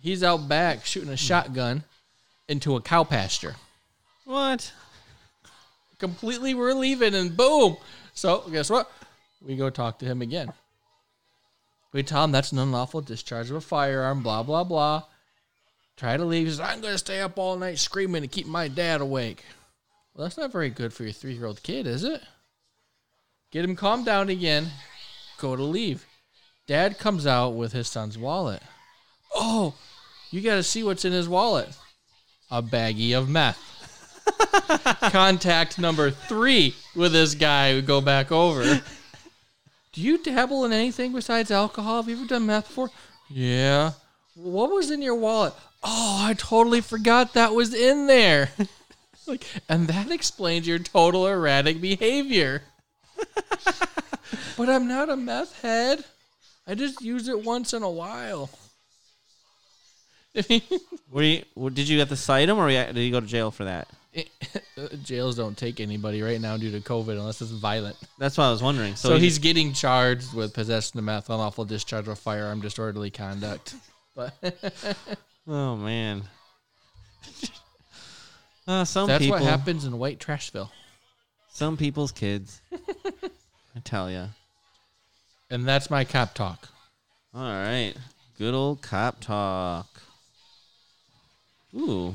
He's out back shooting a shotgun into a cow pasture.
what?
Completely, we're leaving, and boom! So, guess what? We go talk to him again. We tell him that's an unlawful discharge of a firearm, blah, blah, blah. Try to leave. He says, I'm going to stay up all night screaming to keep my dad awake. Well, that's not very good for your three year old kid, is it? Get him calmed down again. Go to leave. Dad comes out with his son's wallet. Oh, you got to see what's in his wallet a baggie of meth. Contact number three with this guy. We go back over. Do you dabble in anything besides alcohol? Have you ever done meth before? Yeah. What was in your wallet? Oh, I totally forgot that was in there. like, and that explains your total erratic behavior. but I'm not a meth head. I just use it once in a while.
Were you, well, did you have to cite him or you- did you go to jail for that?
Jails don't take anybody right now due to COVID unless it's violent.
That's what I was wondering. So,
So
he-
he's getting charged with possession of meth, unlawful discharge of a firearm, disorderly conduct. But
Oh, man. Uh, some
that's
people,
what happens in White Trashville,
Some people's kids. I tell ya.
and that's my cop talk.
All right. Good old cop talk. Ooh.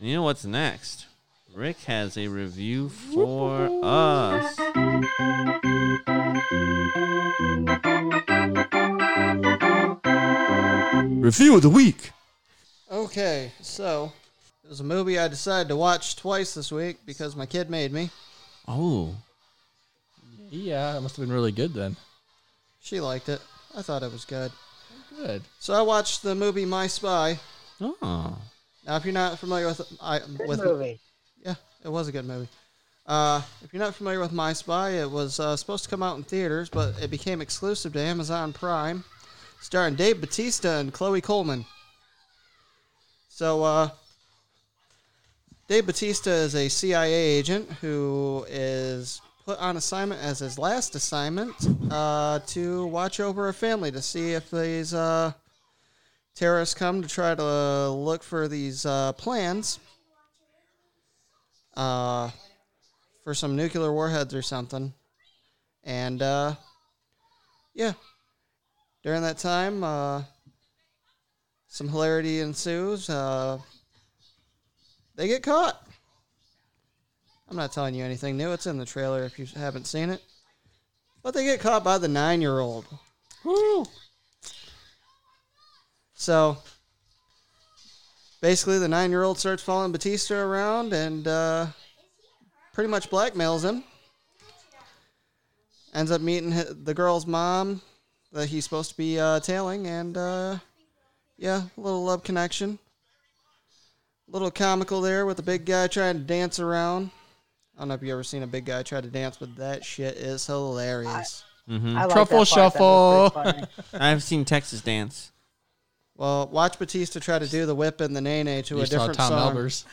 You know what's next? Rick has a review for us. Review of the week.
Okay, so it was a movie I decided to watch twice this week because my kid made me.
Oh.
Yeah, it must have been really good then.
She liked it. I thought it was good.
Good.
So I watched the movie My Spy.
Oh.
Now, if you're not familiar with I,
Good
with
movie.
yeah, it was a good movie. Uh, if you're not familiar with My Spy, it was uh, supposed to come out in theaters, but it became exclusive to Amazon Prime, starring Dave Batista and Chloe Coleman. So, uh, Dave Batista is a CIA agent who is put on assignment as his last assignment uh, to watch over a family to see if these uh, terrorists come to try to look for these uh, plans uh, for some nuclear warheads or something. And uh, yeah, during that time, uh, some hilarity ensues. Uh, they get caught. I'm not telling you anything new. It's in the trailer if you haven't seen it. But they get caught by the nine year old. So basically, the nine year old starts following Batista around and uh, pretty much blackmails him. Ends up meeting hi- the girl's mom that he's supposed to be uh, tailing, and uh, yeah, a little love connection. little comical there with the big guy trying to dance around. I don't know if you ever seen a big guy try to dance, but that shit is hilarious.
Mm-hmm.
I like
Truffle
that part. That was pretty funny.
I've seen Texas dance.
Well, watch Batista try to do the whip and the nene to
You
a
saw
different
Tom
song.
Elbers.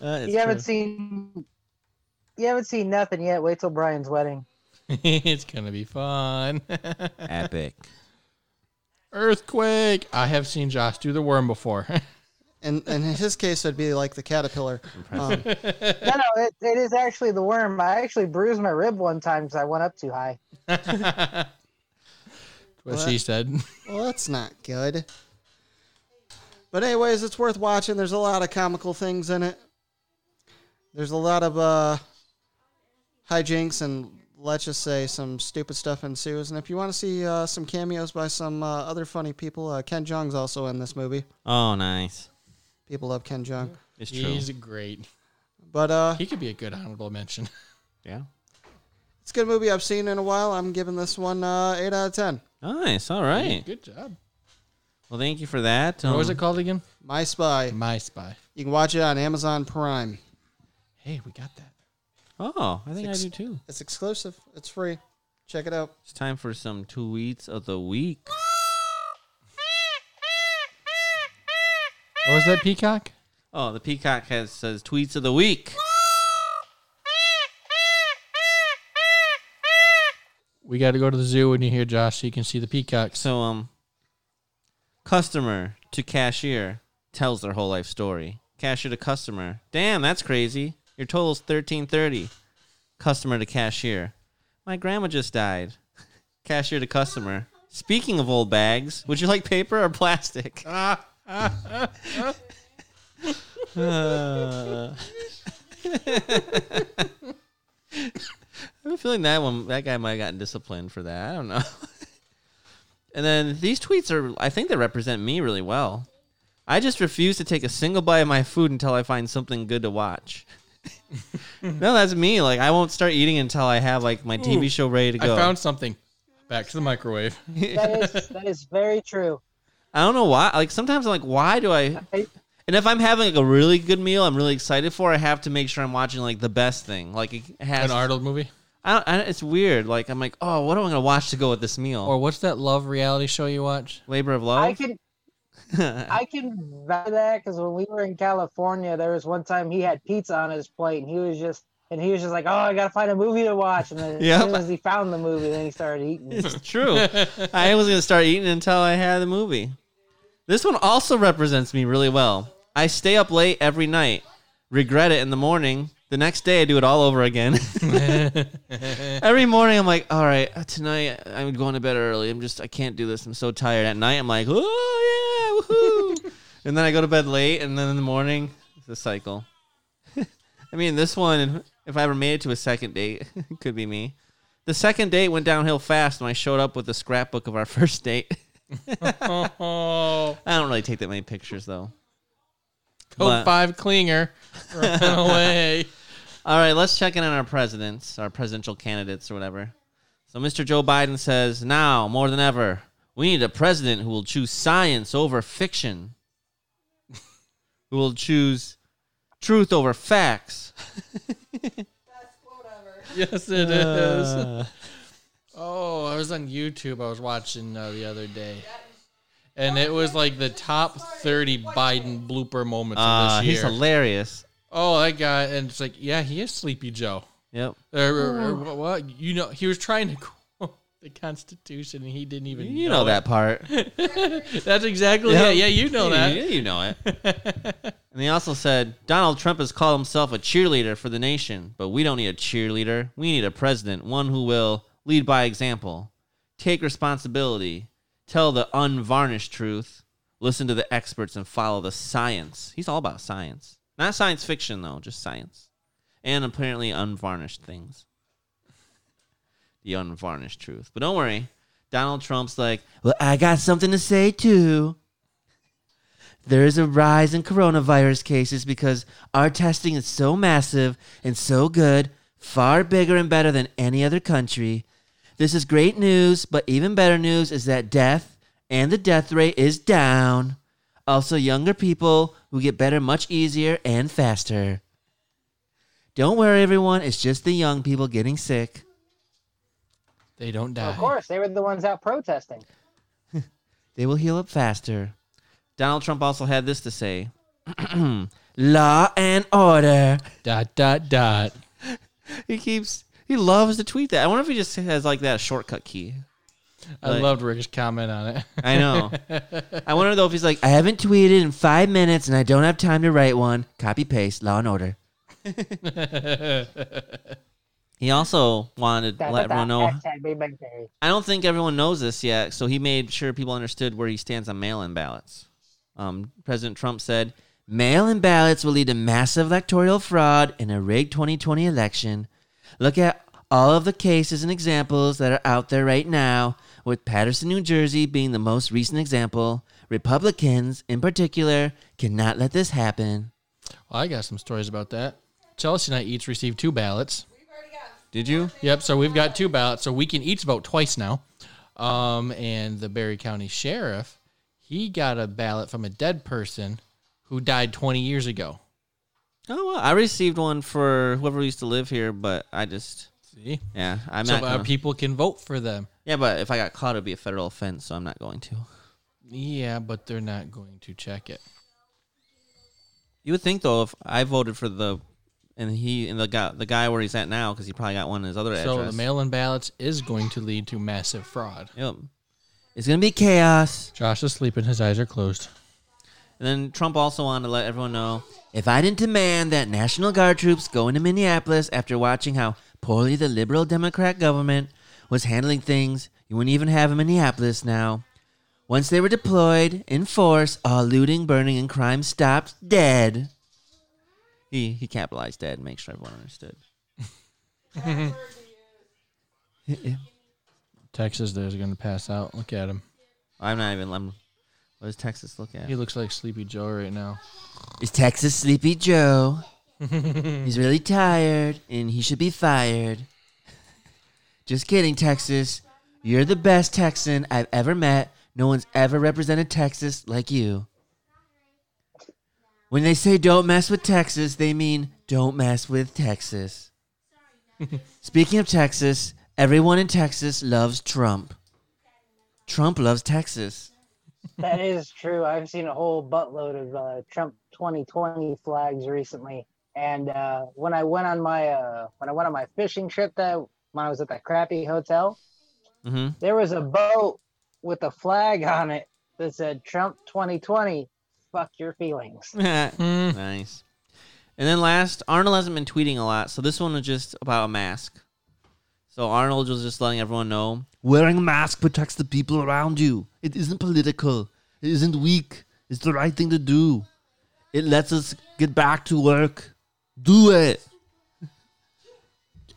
Uh,
You haven't seen. You haven't seen nothing yet. Wait till Brian's wedding.
it's gonna be fun.
Epic.
Earthquake. I have seen Josh do the worm before.
And, and in his case, it'd be like the caterpillar. Um,
No, no, it, it is actually the worm. I actually bruised my rib one time because I went up too high.
what she said.
well, that's not good. But anyways, it's worth watching. There's a lot of comical things in it. There's a lot of uh, hijinks and let's just say some stupid stuff ensues. And if you want to see uh, some cameos by some uh, other funny people, uh, Ken Jeong's also in this movie.
Oh, nice.
People love Ken Jeong.
It's true.
He's great.
But uh,
He could be a good honorable mention.
Yeah.
it's a good movie I've seen in a while. I'm giving this one uh, 8 out of 10.
Nice. All right.
Good job.
Well, thank you for that.
What was
Um,
it called again?
My Spy.
My Spy.
You can watch it on Amazon Prime.
Hey, we got that.
Oh, I think
Six.
I do too.
It's exclusive. It's free. Check it out.
It's time for some tweets of the week.
What was that, Peacock?
Oh, the peacock has says tweets of the week.
We got to go to the zoo when you hear Josh so you can see the peacocks.
So, um, customer to cashier tells their whole life story. Cashier to customer, damn, that's crazy. Your total's thirteen thirty. Customer to cashier, my grandma just died. Cashier to customer, speaking of old bags, would you like paper or plastic? Uh. I have a feeling that one, that guy might have gotten disciplined for that. I don't know. and then these tweets are, I think they represent me really well. I just refuse to take a single bite of my food until I find something good to watch. no, that's me. Like I won't start eating until I have like my TV show ready to
I
go.
found something. Back to the microwave.
That is that is very true.
I don't know why. Like sometimes I'm like, why do I?
I-
And if I'm having like a really good meal, I'm really excited for. I have to make sure I'm watching like the best thing. Like it has.
An Arnold movie.
I don't, I don't, it's weird. Like I'm like, oh, what am I gonna watch to go with this meal?
Or what's that love reality show you watch?
Labor of
I
Love.
can I can vouch that because when we were in California, there was one time he had pizza on his plate and he was just and he was just like, "Oh, I gotta find a movie to watch." And then
Yep.
as soon as he found the movie, then he started eating.
it's true. I was gonna start eating until I had the movie. This one also represents me really well. I stay up late every night, regret it in the morning. The next day, I do it all over again. every morning, I'm like, all right, uh, tonight I'm going to bed early. I'm just, I can't do this. I'm so tired. At night, I'm like, oh, yeah, woohoo. and then I go to bed late, and then in the morning, it's a cycle. I mean, this one, if I ever made it to a second date, could be me. The second date went downhill fast, and I showed up with a scrapbook of our first date.
Oh,
I don't really take that many pictures though.
code
But-
five clinger. Run away.
All right, let's check in on our presidents, our presidential candidates or whatever. So Mr. Joe Biden says, "Now, more than ever, we need a president who will choose science over fiction. who will choose truth over facts."
Yes, it is.
Uh,
Oh, I was on YouTube. I was watching uh, the other day. And it was like the top 30 Biden blooper moments
uh,
of
he's
this year.
hilarious.
oh, that guy. And it's like, yeah, he is Sleepy Joe.
Yep.
Or, or-
Oh.
or what, what? You know, he was trying to quote the Constitution and he didn't even
You know
it.
that part.
That's exactly yeah. it. Yeah, you know
Yeah,
that.
Yeah, you know it. and he also said Donald Trump has called himself a cheerleader for the nation, but we don't need a cheerleader. We need a president, one who will lead by example, take responsibility, tell the unvarnished truth, listen to the experts, and follow the science. He's all about science. Not science fiction, though, just science. And apparently unvarnished things the unvarnished truth. But don't worry, Donald Trump's like, well, I got something to say too. There is a rise in coronavirus cases because our testing is so massive and so good, far bigger and better than any other country. This is great news, but even better news is that death and the death rate is down. Also, younger people who get better much easier and faster. Don't worry, everyone, it's just the young people getting sick.
They don't die.
Of course, they were the ones out protesting.
They will heal up faster. Donald Trump also had this to say Law and order.
Dot, dot, dot.
He keeps He loves to tweet that. I wonder if he just has like that shortcut key.
I
Like-
loved Rick's comment on
I know. I wonder though if he's like, I haven't tweeted in five minutes and I don't have time to write one. Copy paste, law and order.
it.
He also wanted to let everyone know.
Hashtag Big Bang Theory.
I don't think everyone knows this yet, so he made sure people understood where he stands on mail in ballots. Um, President Trump said, Mail in ballots will lead to massive electoral fraud in a rigged 2020 election. Look at all of the cases and examples that are out there right now, with Patterson, New Jersey being the most recent example. Republicans, in particular, cannot let this happen.
Well, I got some stories about that. Chelsea and I each received two ballots.
Did you?
Yep, so we've got two ballots, so we can each vote twice now. Um, and the Barry County Sheriff, he got a ballot from a dead person who died 20 years ago.
Oh, well, I received one for whoever used to live here, but I just,
See,
yeah, I'm
so
not.
uh,
gonna-
people can vote for them.
Yeah, but if I got caught, it'd be a federal offense, so I'm not going to.
Yeah, but they're not going to check it.
You would think though, if I voted for the and he and the guy the guy where he's at now, because he probably got one in his other
So
address.
the mail-in ballots is going to lead to massive fraud.
Yep. It's gonna be chaos.
Josh is sleeping; his eyes are closed.
And then Trump also wanted to let everyone know if I didn't demand that National Guard troops go into Minneapolis after watching how poorly the liberal Democrat government was handling things, you wouldn't even have a Minneapolis now. Once they were deployed in force, all looting, burning, and crime stopped dead. He, he capitalized dead, make sure everyone understood.
Texas, there's going to pass out. Look at him;
I'm not even. I'm, what does Texas look at?
he looks like Sleepy Joe right now.
It's Texas Sleepy Joe. He's really tired and he should be fired. Just kidding, Texas. You're the best Texan I've ever met. No one's ever represented Texas like you. When they say don't mess with Texas, they mean don't mess with Texas. Speaking of Texas, everyone in Texas loves Trump. Trump loves Texas.
That is true. I've seen a whole buttload of uh, Trump 2020 flags recently. And uh, when I went on my uh, when I went on my fishing trip that when I was at that crappy hotel,
Mm-hmm.
there was a boat with a flag on it that said Trump 2020. Fuck your feelings.
Mm-hmm.
Hmm.
Nice. And then last, Arnold hasn't been tweeting a lot, so this one was just about a mask. So Arnold was just letting everyone know wearing a mask protects the people around you. It isn't political. It isn't weak. It's the right thing to do. It lets us get back to work. Do it.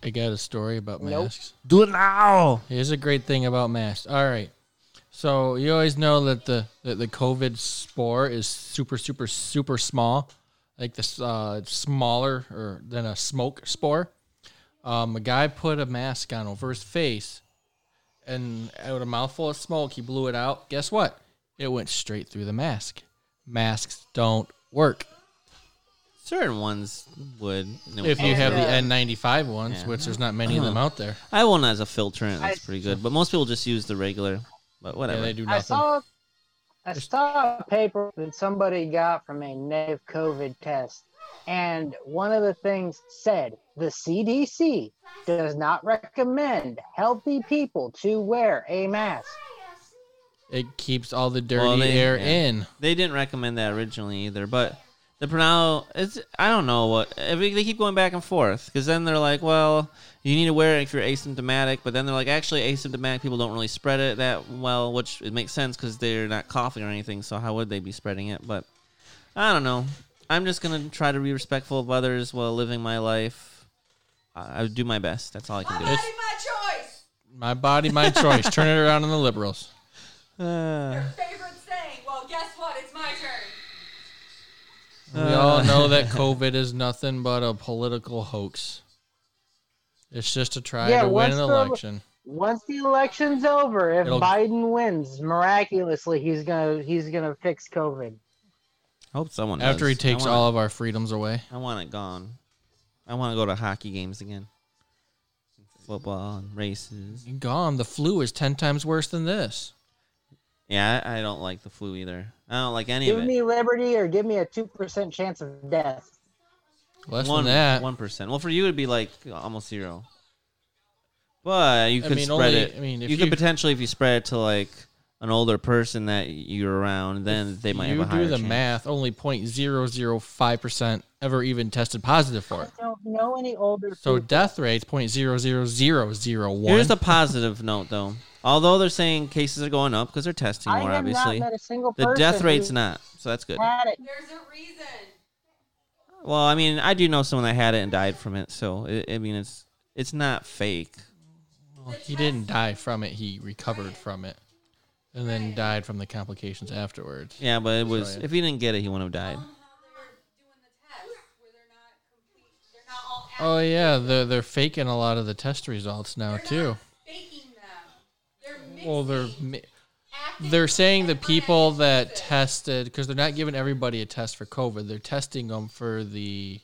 I got a story about
Nope.
masks.
Do it now.
Here's a great thing about masks. All right. So you always know that the that the COVID spore is super super super small, like this uh, it's smaller or than a smoke spore. Um, a guy put a mask on over his face, and out a mouthful of smoke, he blew it out. Guess what? It went straight through the mask. Masks don't work
Certain ones would.
if you have the N95 ones,
Yeah. Uh-huh.
which there's not many of them out there.
I have one as a filter, and that's pretty good. But most people just use the regular. But
Yeah,
whatever.
they do
I
nothing.
saw I saw a paper that somebody got from a negative COVID test, and one of the things said the CDC does not recommend healthy people to wear a mask.
It keeps all the dirty
Well, they-
air
yeah.
in.
They didn't recommend that originally either, but the pronoun it's I don't know what every, they keep going back and forth because then they're like, well, you need to wear it if you're asymptomatic, but then they're like, actually, asymptomatic people don't really spread it that well, which it makes sense because they're not coughing or anything, so how would they be spreading it? But I don't know. I'm just gonna try to be respectful of others while living my life. I, I do my best. That's all I can do.
my choice.
My body, my choice. Turn it around on the liberals.
Uh,
Favorite saying. Well, guess what? It's my turn.
We all know that COVID is nothing but a political hoax. It's just to try
Yeah,
to win
what's
an
the-
election.
Once the election's over, if
It'll-
Biden wins miraculously, he's gonna he's gonna fix COVID.
I hope someone
After he takes all
all
of our freedoms away.
I want it gone. I want to go to hockey games again. Football and races.
Gone. The flu is 10 times worse than this.
Yeah, I, I don't like the flu either. I don't like any
Give
of it.
me liberty or give me a two percent chance of death.
Less
one
than that.
one percent. Well, for you it'd be like almost zero. But you
I
could
mean,
spread
only-
it.
I mean, if
you, could
you-
potentially, if you spread it to like an older person that you're around, then they might
you
have a higher
do the
chance.
math. Only 0.005 percent ever even tested positive for it.
I don't know any older.
So
people.
death rate's 0.00001.
Here's the positive note, though. Although they're saying cases are going up because they're testing
I
more,
have
obviously.
not met a single
The
person
death rate's
who
not, so that's good.
Had it.
There's a reason.
Well, I mean, I do know someone that had it and died from it, so it, I mean, it's it's not fake.
Well, he didn't die from it. He recovered from it, and then died from the complications afterwards.
Yeah, but it was.
Sorry.
If he didn't get it, he wouldn't have died.
How they're doing the test where they're not complete. They're not all accurate.
Oh yeah, they're they're faking a lot of the test results now too.
Faking them. They're mixing.
Oh, Well, they're mi-
acting
they're saying the
different
people that
diseases.
tested because they're not giving everybody a test for COVID. They're testing them for the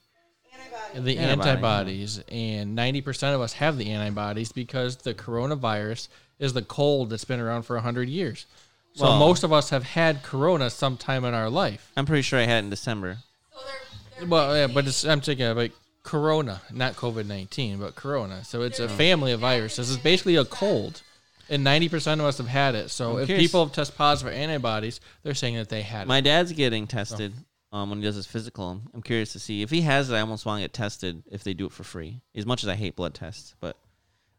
Antibodies.
the
Antibody.
antibodies, and ninety percent of us have the antibodies because the coronavirus is the cold that's been around for hundred years. So
Well-
most of us have had corona sometime in our life.
I'm pretty sure I had it in December.
So they're, they're
Well, yeah, but it's, I'm thinking about Corona, not COVID nineteen, but Corona. So it's a family of viruses. It's basically a cold, and ninety percent of us have had it. So
I'm
if
curious.
people have test positive for antibodies, they're saying that they had it.
My dad's getting tested um, when he does his physical. I'm curious to see if he has it. I almost want to get tested if they do it for free. As much as I hate blood tests, but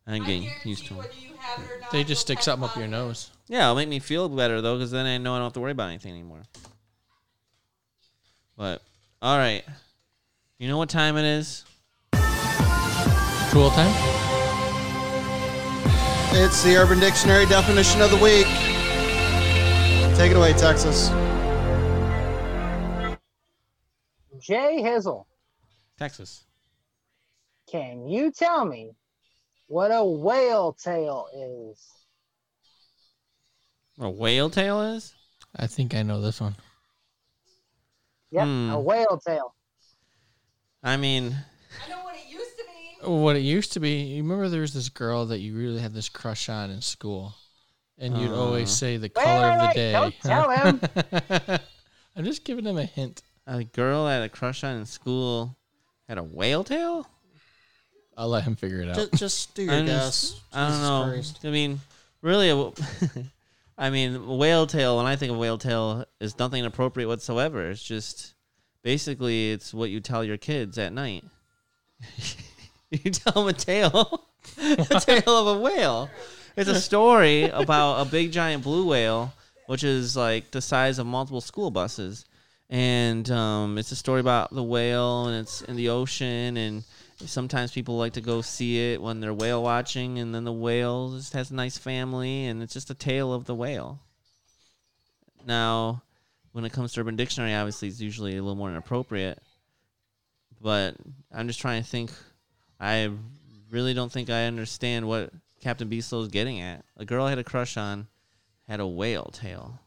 I'm
I
getting
guarantee
used to it.
whether you have it or not,
They just
you'll
stick
test
something up your
positive.
nose.
Yeah, it'll make me feel better though, because then I know I don't have to worry about anything anymore. But all right, you know what time it is?
Cool time.
It's the Urban Dictionary definition of the week. Take it away, Texas.
Jay Hizzle,
Texas.
can you tell me what a whale tail is?
What a whale tail is?
I think I know this one.
Yep,
Hmm.
a whale tail.
I mean,
I know what it used to be.
What it used to be, you remember there was this girl that you really had this crush on in school, and you'd
Uh.
always say the
Wait,
color of the
wait,
day.
wait, don't tell
him. I'm just giving him a hint.
a girl I had a crush on in school had a whale tail.
I'll let him figure it out.
Just, just do your
I'm
guess.
just- I don't
Jesus
know.
Christ.
I mean, really, a wh- I mean, whale tail. When I think of whale tail, is nothing appropriate whatsoever. It's just basically it's what you tell your kids at night. you tell them a tale, a tale of a whale. It's a story about a big giant blue whale, which is like the size of multiple school buses. And um, it's a story about the whale, and it's in the ocean, and sometimes people like to go see it when they're whale watching, and then the whale just has a nice family, and it's just a tale of the whale. Now, when it comes to Urban Dictionary, obviously it's usually a little more inappropriate, but I'm just trying to think. I really don't think I understand what Captain Beaslow is getting at. A girl I had a crush on had a whale tail.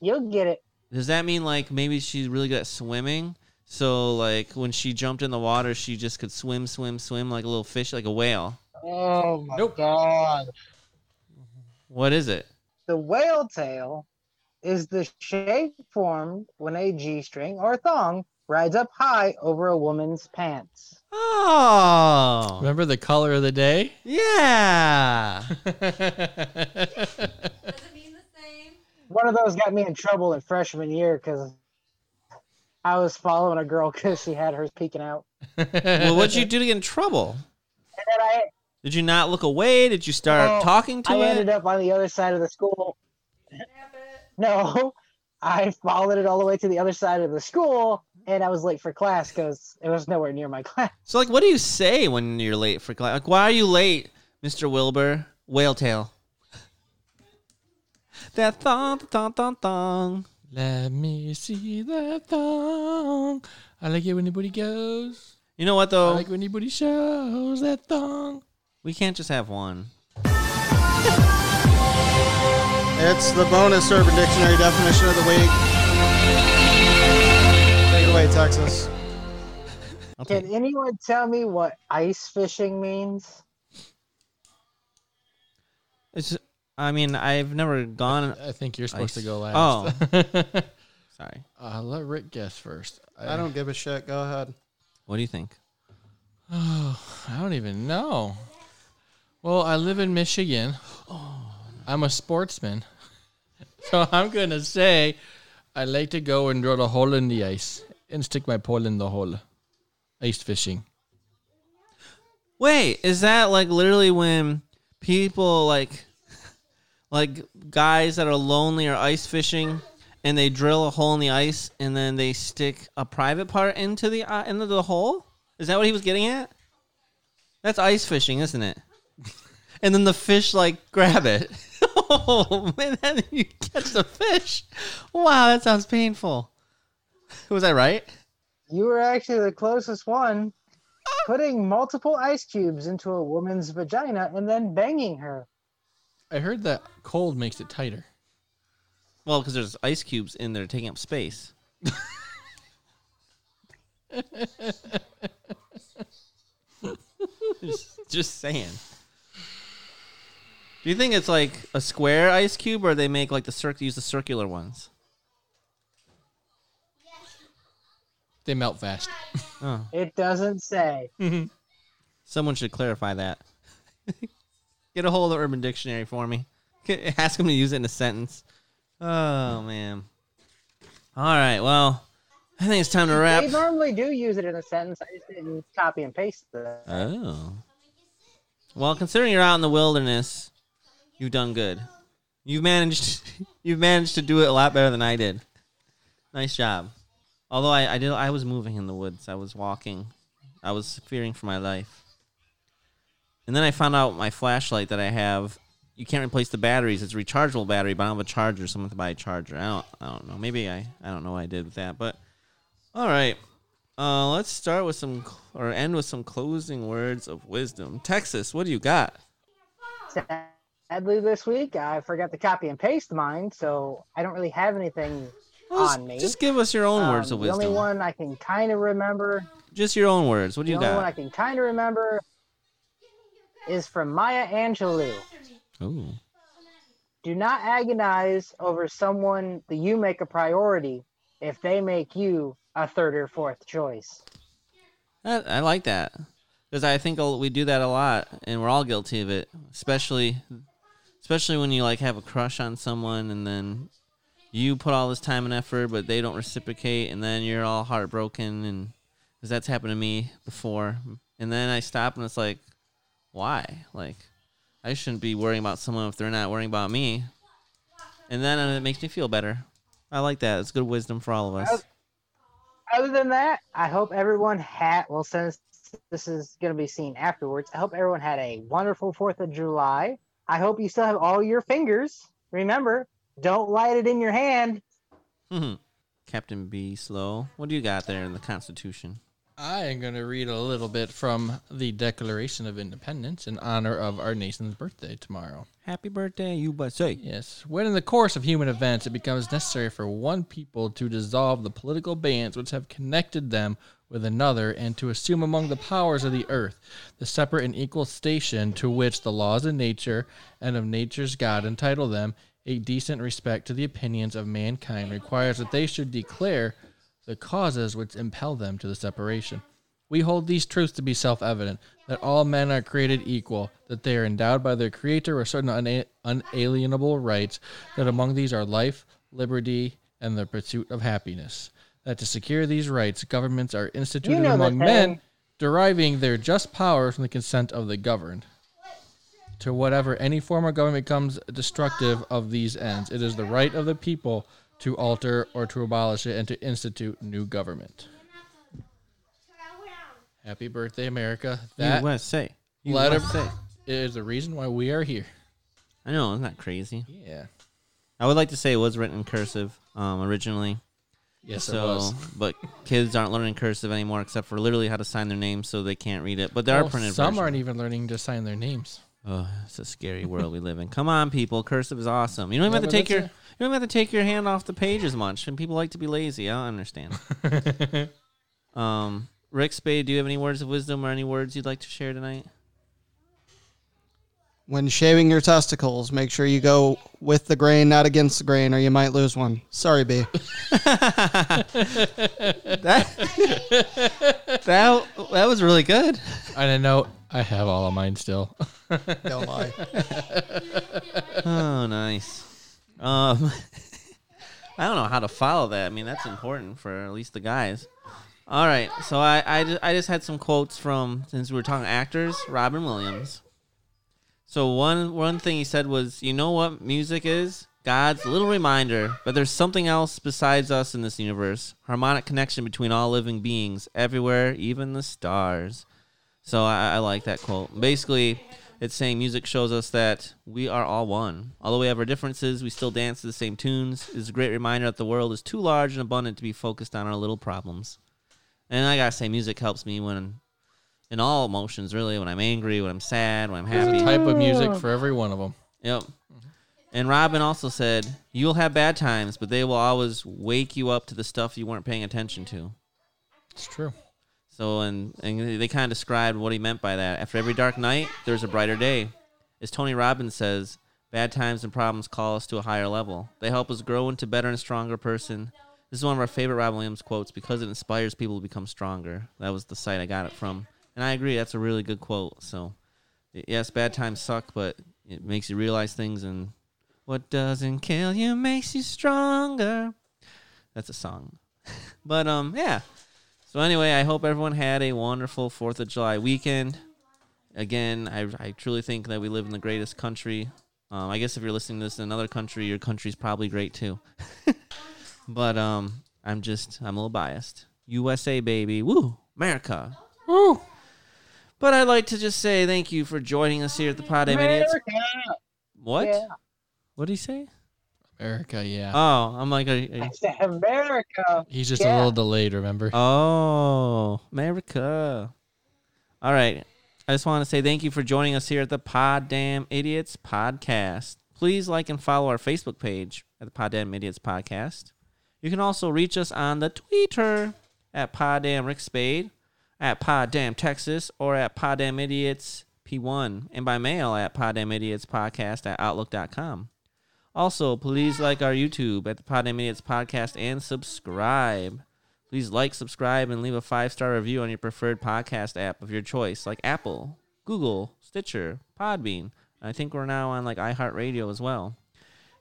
You'll get it.
Does that mean like maybe she's really good at swimming? So like when she jumped in the water, she just could swim, swim, swim like a little fish, like a whale.
Oh my
Nope.
god.
What is it?
The whale tail is the shape formed when a G string or thong rides up high over a woman's pants.
Oh,
Remember the color of the day?
yeah.
Does it mean the same?
One of those got me in trouble in freshman year because I was following a girl because she had hers peeking out.
well, what'd you do to get in trouble?
And then I,
Did you not look away? Did you start
Oh,
talking to
I
it?
ended up on the other side of the school.
Snap it.
No, I followed it all the way to the other side of the school and I was late for class because it was nowhere near my class.
so like, what do you say when you're late for class? Like, why are you late, Mister Wilbur? Whale tail. that thong, thong, thong, thong.
Let me see that thong. I like it when anybody goes.
You know what
I
though?
like when anybody shows that thong.
we can't just have one.
It's the bonus Urban Dictionary definition of the week. Take it away, Texas.
I'll take
Can anyone tell me what ice fishing means?
It's. I mean, I've never gone.
I think you're supposed to
Ice.
go last. Oh.
Sorry.
uh, let Rick guess first.
I don't give a shit. Go ahead.
What do you think?
I don't even know. Well, I live in Michigan. I'm a sportsman. So I'm going to say I like to go and drill a hole in the ice and stick my pole in the hole. Ice fishing.
Wait, is that like literally when people like like guys that are lonely are ice fishing and they drill a hole in the ice and then they stick a private part into the uh, into the hole? Is that what he was getting at? That's ice fishing, isn't it? and then the fish like grab it. oh man, then you catch the fish. Wow, that sounds painful. Was I right?
You were actually the closest one. Putting multiple ice cubes into a woman's vagina and then banging her.
I heard that cold makes it tighter.
Well, because there's ice cubes in there taking up space. just, just saying. Do you think it's like a square ice cube, or they make like the circ use the circular ones?
They melt fast.
Oh,
It doesn't say.
someone should clarify that. Get a hold of Urban Dictionary for me. Ask them to use it in a sentence. Oh man. All right. Well, I think it's time to wrap.
They normally do use it in a sentence. I just didn't copy and paste the
Oh. Well, considering you're out in the wilderness, you've done good. You've managed you've managed to do it a lot better than I did. Nice job. Although I, I did I was moving in the woods. I was walking. I was fearing for my life. And then I found out my flashlight that I have you can't replace the batteries. It's a rechargeable battery, but I don't have a charger, so I'm gonna have to buy a charger. I don't I don't know. Maybe I, I don't know what I did with that, but all right. Uh, let's start with some or end with some closing words of wisdom. Texas, what do you got?
Sadly, this week I forgot to copy and paste mine, so I don't really have anything
Just-
on me.
Just give us your own
Um,
words of
The
wisdom.
only one I can kind of remember,
Just your own words. What do
the
you
only one I
got?
can kind of remember, is from Maya Angelou.
Ooh.
Do not agonize over someone that you make a priority if they make you a third or fourth choice.
That, I like that because I think a- we do that a lot, and we're all guilty of it. Especially, especially when you like have a crush on someone, and then you put all this time and effort, but they don't reciprocate, and then you're all heartbroken. And because that's happened to me before, and then I stop, and it's like, why? Like, I shouldn't be worrying about someone if they're not worrying about me. And then uh, it makes me feel better. I like that. It's good wisdom for all of us.
Other than that, I hope everyone had, well, since this is going to be seen afterwards, I hope everyone had a wonderful 4th of July. I hope you still have all your fingers. Remember, don't light it in your hand.
hmm Captain B. Slow, what do you got there in the Constitution?
I am going to read a little bit from the Declaration of Independence in honor of our nation's birthday tomorrow.
Happy birthday, USA.
Yes. When in the course of human events it becomes necessary for one people to dissolve the political bands which have connected them with another and to assume among the powers of the earth the separate and equal station to which the laws of nature and of nature's God entitle them, a decent respect to the opinions of mankind requires that they should declare the causes which impel them to the separation. We hold these truths to be self evident that all men are created equal, that they are endowed by their Creator with certain una- unalienable rights, that among these are life, liberty, and the pursuit of happiness. That to secure these rights, governments are instituted
know the
among men,
thing.
deriving their just power from the consent of the governed. To whatever any form of government becomes destructive of these ends, it is the right of the people to alter or to abolish it and to institute new government. Happy birthday, America. That
USA.
letter
USA.
is the reason why we are here.
I know, isn't that crazy?
Yeah.
I would like to say it was written in cursive um, originally.
Yes, it
So,
was.
but kids aren't learning cursive anymore except for literally how to sign their name so they can't read it. But there
Oh,
are printed
some
versions.
aren't even learning to sign their names.
Oh, it's a scary world we live in. Come on, people. Cursive is awesome. You don't even
Yeah,
have to
but
take your
that's
you don't even have to take your hand off the page as much. And people like to be lazy. I don't understand. um, Rick Spade, do you have any words of wisdom or any words you'd like to share tonight?
When shaving your testicles, make sure you go with the grain, not against the grain, or you might lose one. Sorry, B.
That that that was really good.
I didn't know I have all of mine still.
No lie.
Oh, nice. Um, I don't know how to follow that. I mean, that's important for at least the guys. All right, so I I ju- I just had some quotes from since we were talking actors, Robin Williams. So one one thing he said was, you know what music is? God's little reminder that there's something else besides us in this universe. Harmonic connection between all living beings, everywhere, even the stars. So I, I like that quote. Basically, it's saying music shows us that we are all one. Although we have our differences, we still dance to the same tunes. It's a great reminder that the world is too large and abundant to be focused on our little problems. And I gotta say, music helps me when, in all emotions, really, when I'm angry, when I'm sad, when I'm
There's
happy.
a type of music for every one of them.
Yep. And Robin also said, You'll have bad times, but they will always wake you up to the stuff you weren't paying attention to.
It's true.
So, and, and they kind of described what he meant by that. After every dark night, there's a brighter day. As Tony Robbins says, bad times and problems call us to a higher level. They help us grow into better and stronger person. This is one of our favorite Robin Williams quotes because it inspires people to become stronger. That was the site I got it from. And I agree, that's a really good quote. So, y- yes, bad times suck, but it makes you realize things and what doesn't kill you makes you stronger. That's a song. but um yeah. So anyway, I hope everyone had a wonderful 4th of July weekend. Again, I, I truly think that we live in the greatest country. Um, I guess if you're listening to this in another country, your country's probably great too. but um, I'm just, I'm a little biased. USA, baby. Woo! America. Woo! But I'd like to just say thank you for joining us here at the Pod Eight Minutes. What?
Yeah.
What did he say?
America, yeah.
Oh, I'm like, are, you- are you-
America.
He's just a
yeah.
little delayed, remember?
oh, America. All right. I just want to say thank you for joining us here at the Pod Damn Idiots podcast. Please like and follow our Facebook page at the Pod Damn Idiots podcast. You can also reach us on the Twitter at Pod Damn Rick Spade, at Pod Damn Texas, or at Pod Damn Idiots P1, and by mail at Pod Damn Idiots podcast at outlook.com. Also, please like our YouTube at the Pod Damn Idiots podcast and subscribe. Please like, subscribe, and leave a five star review on your preferred podcast app of your choice, like Apple, Google, Stitcher, Podbean. I think we're now on like iHeartRadio as well.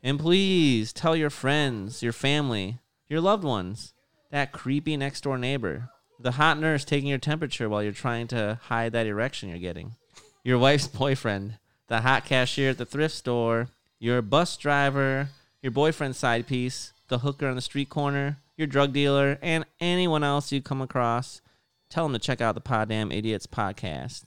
And please tell your friends, your family, your loved ones, that creepy next door neighbor, the hot nurse taking your temperature while you're trying to hide that erection you're getting, your wife's boyfriend, the hot cashier at the thrift store, your bus driver, your boyfriend's side piece, the hooker on the street corner, your drug dealer, and anyone else you come across. Tell them to check out the Pod Damn Idiots podcast.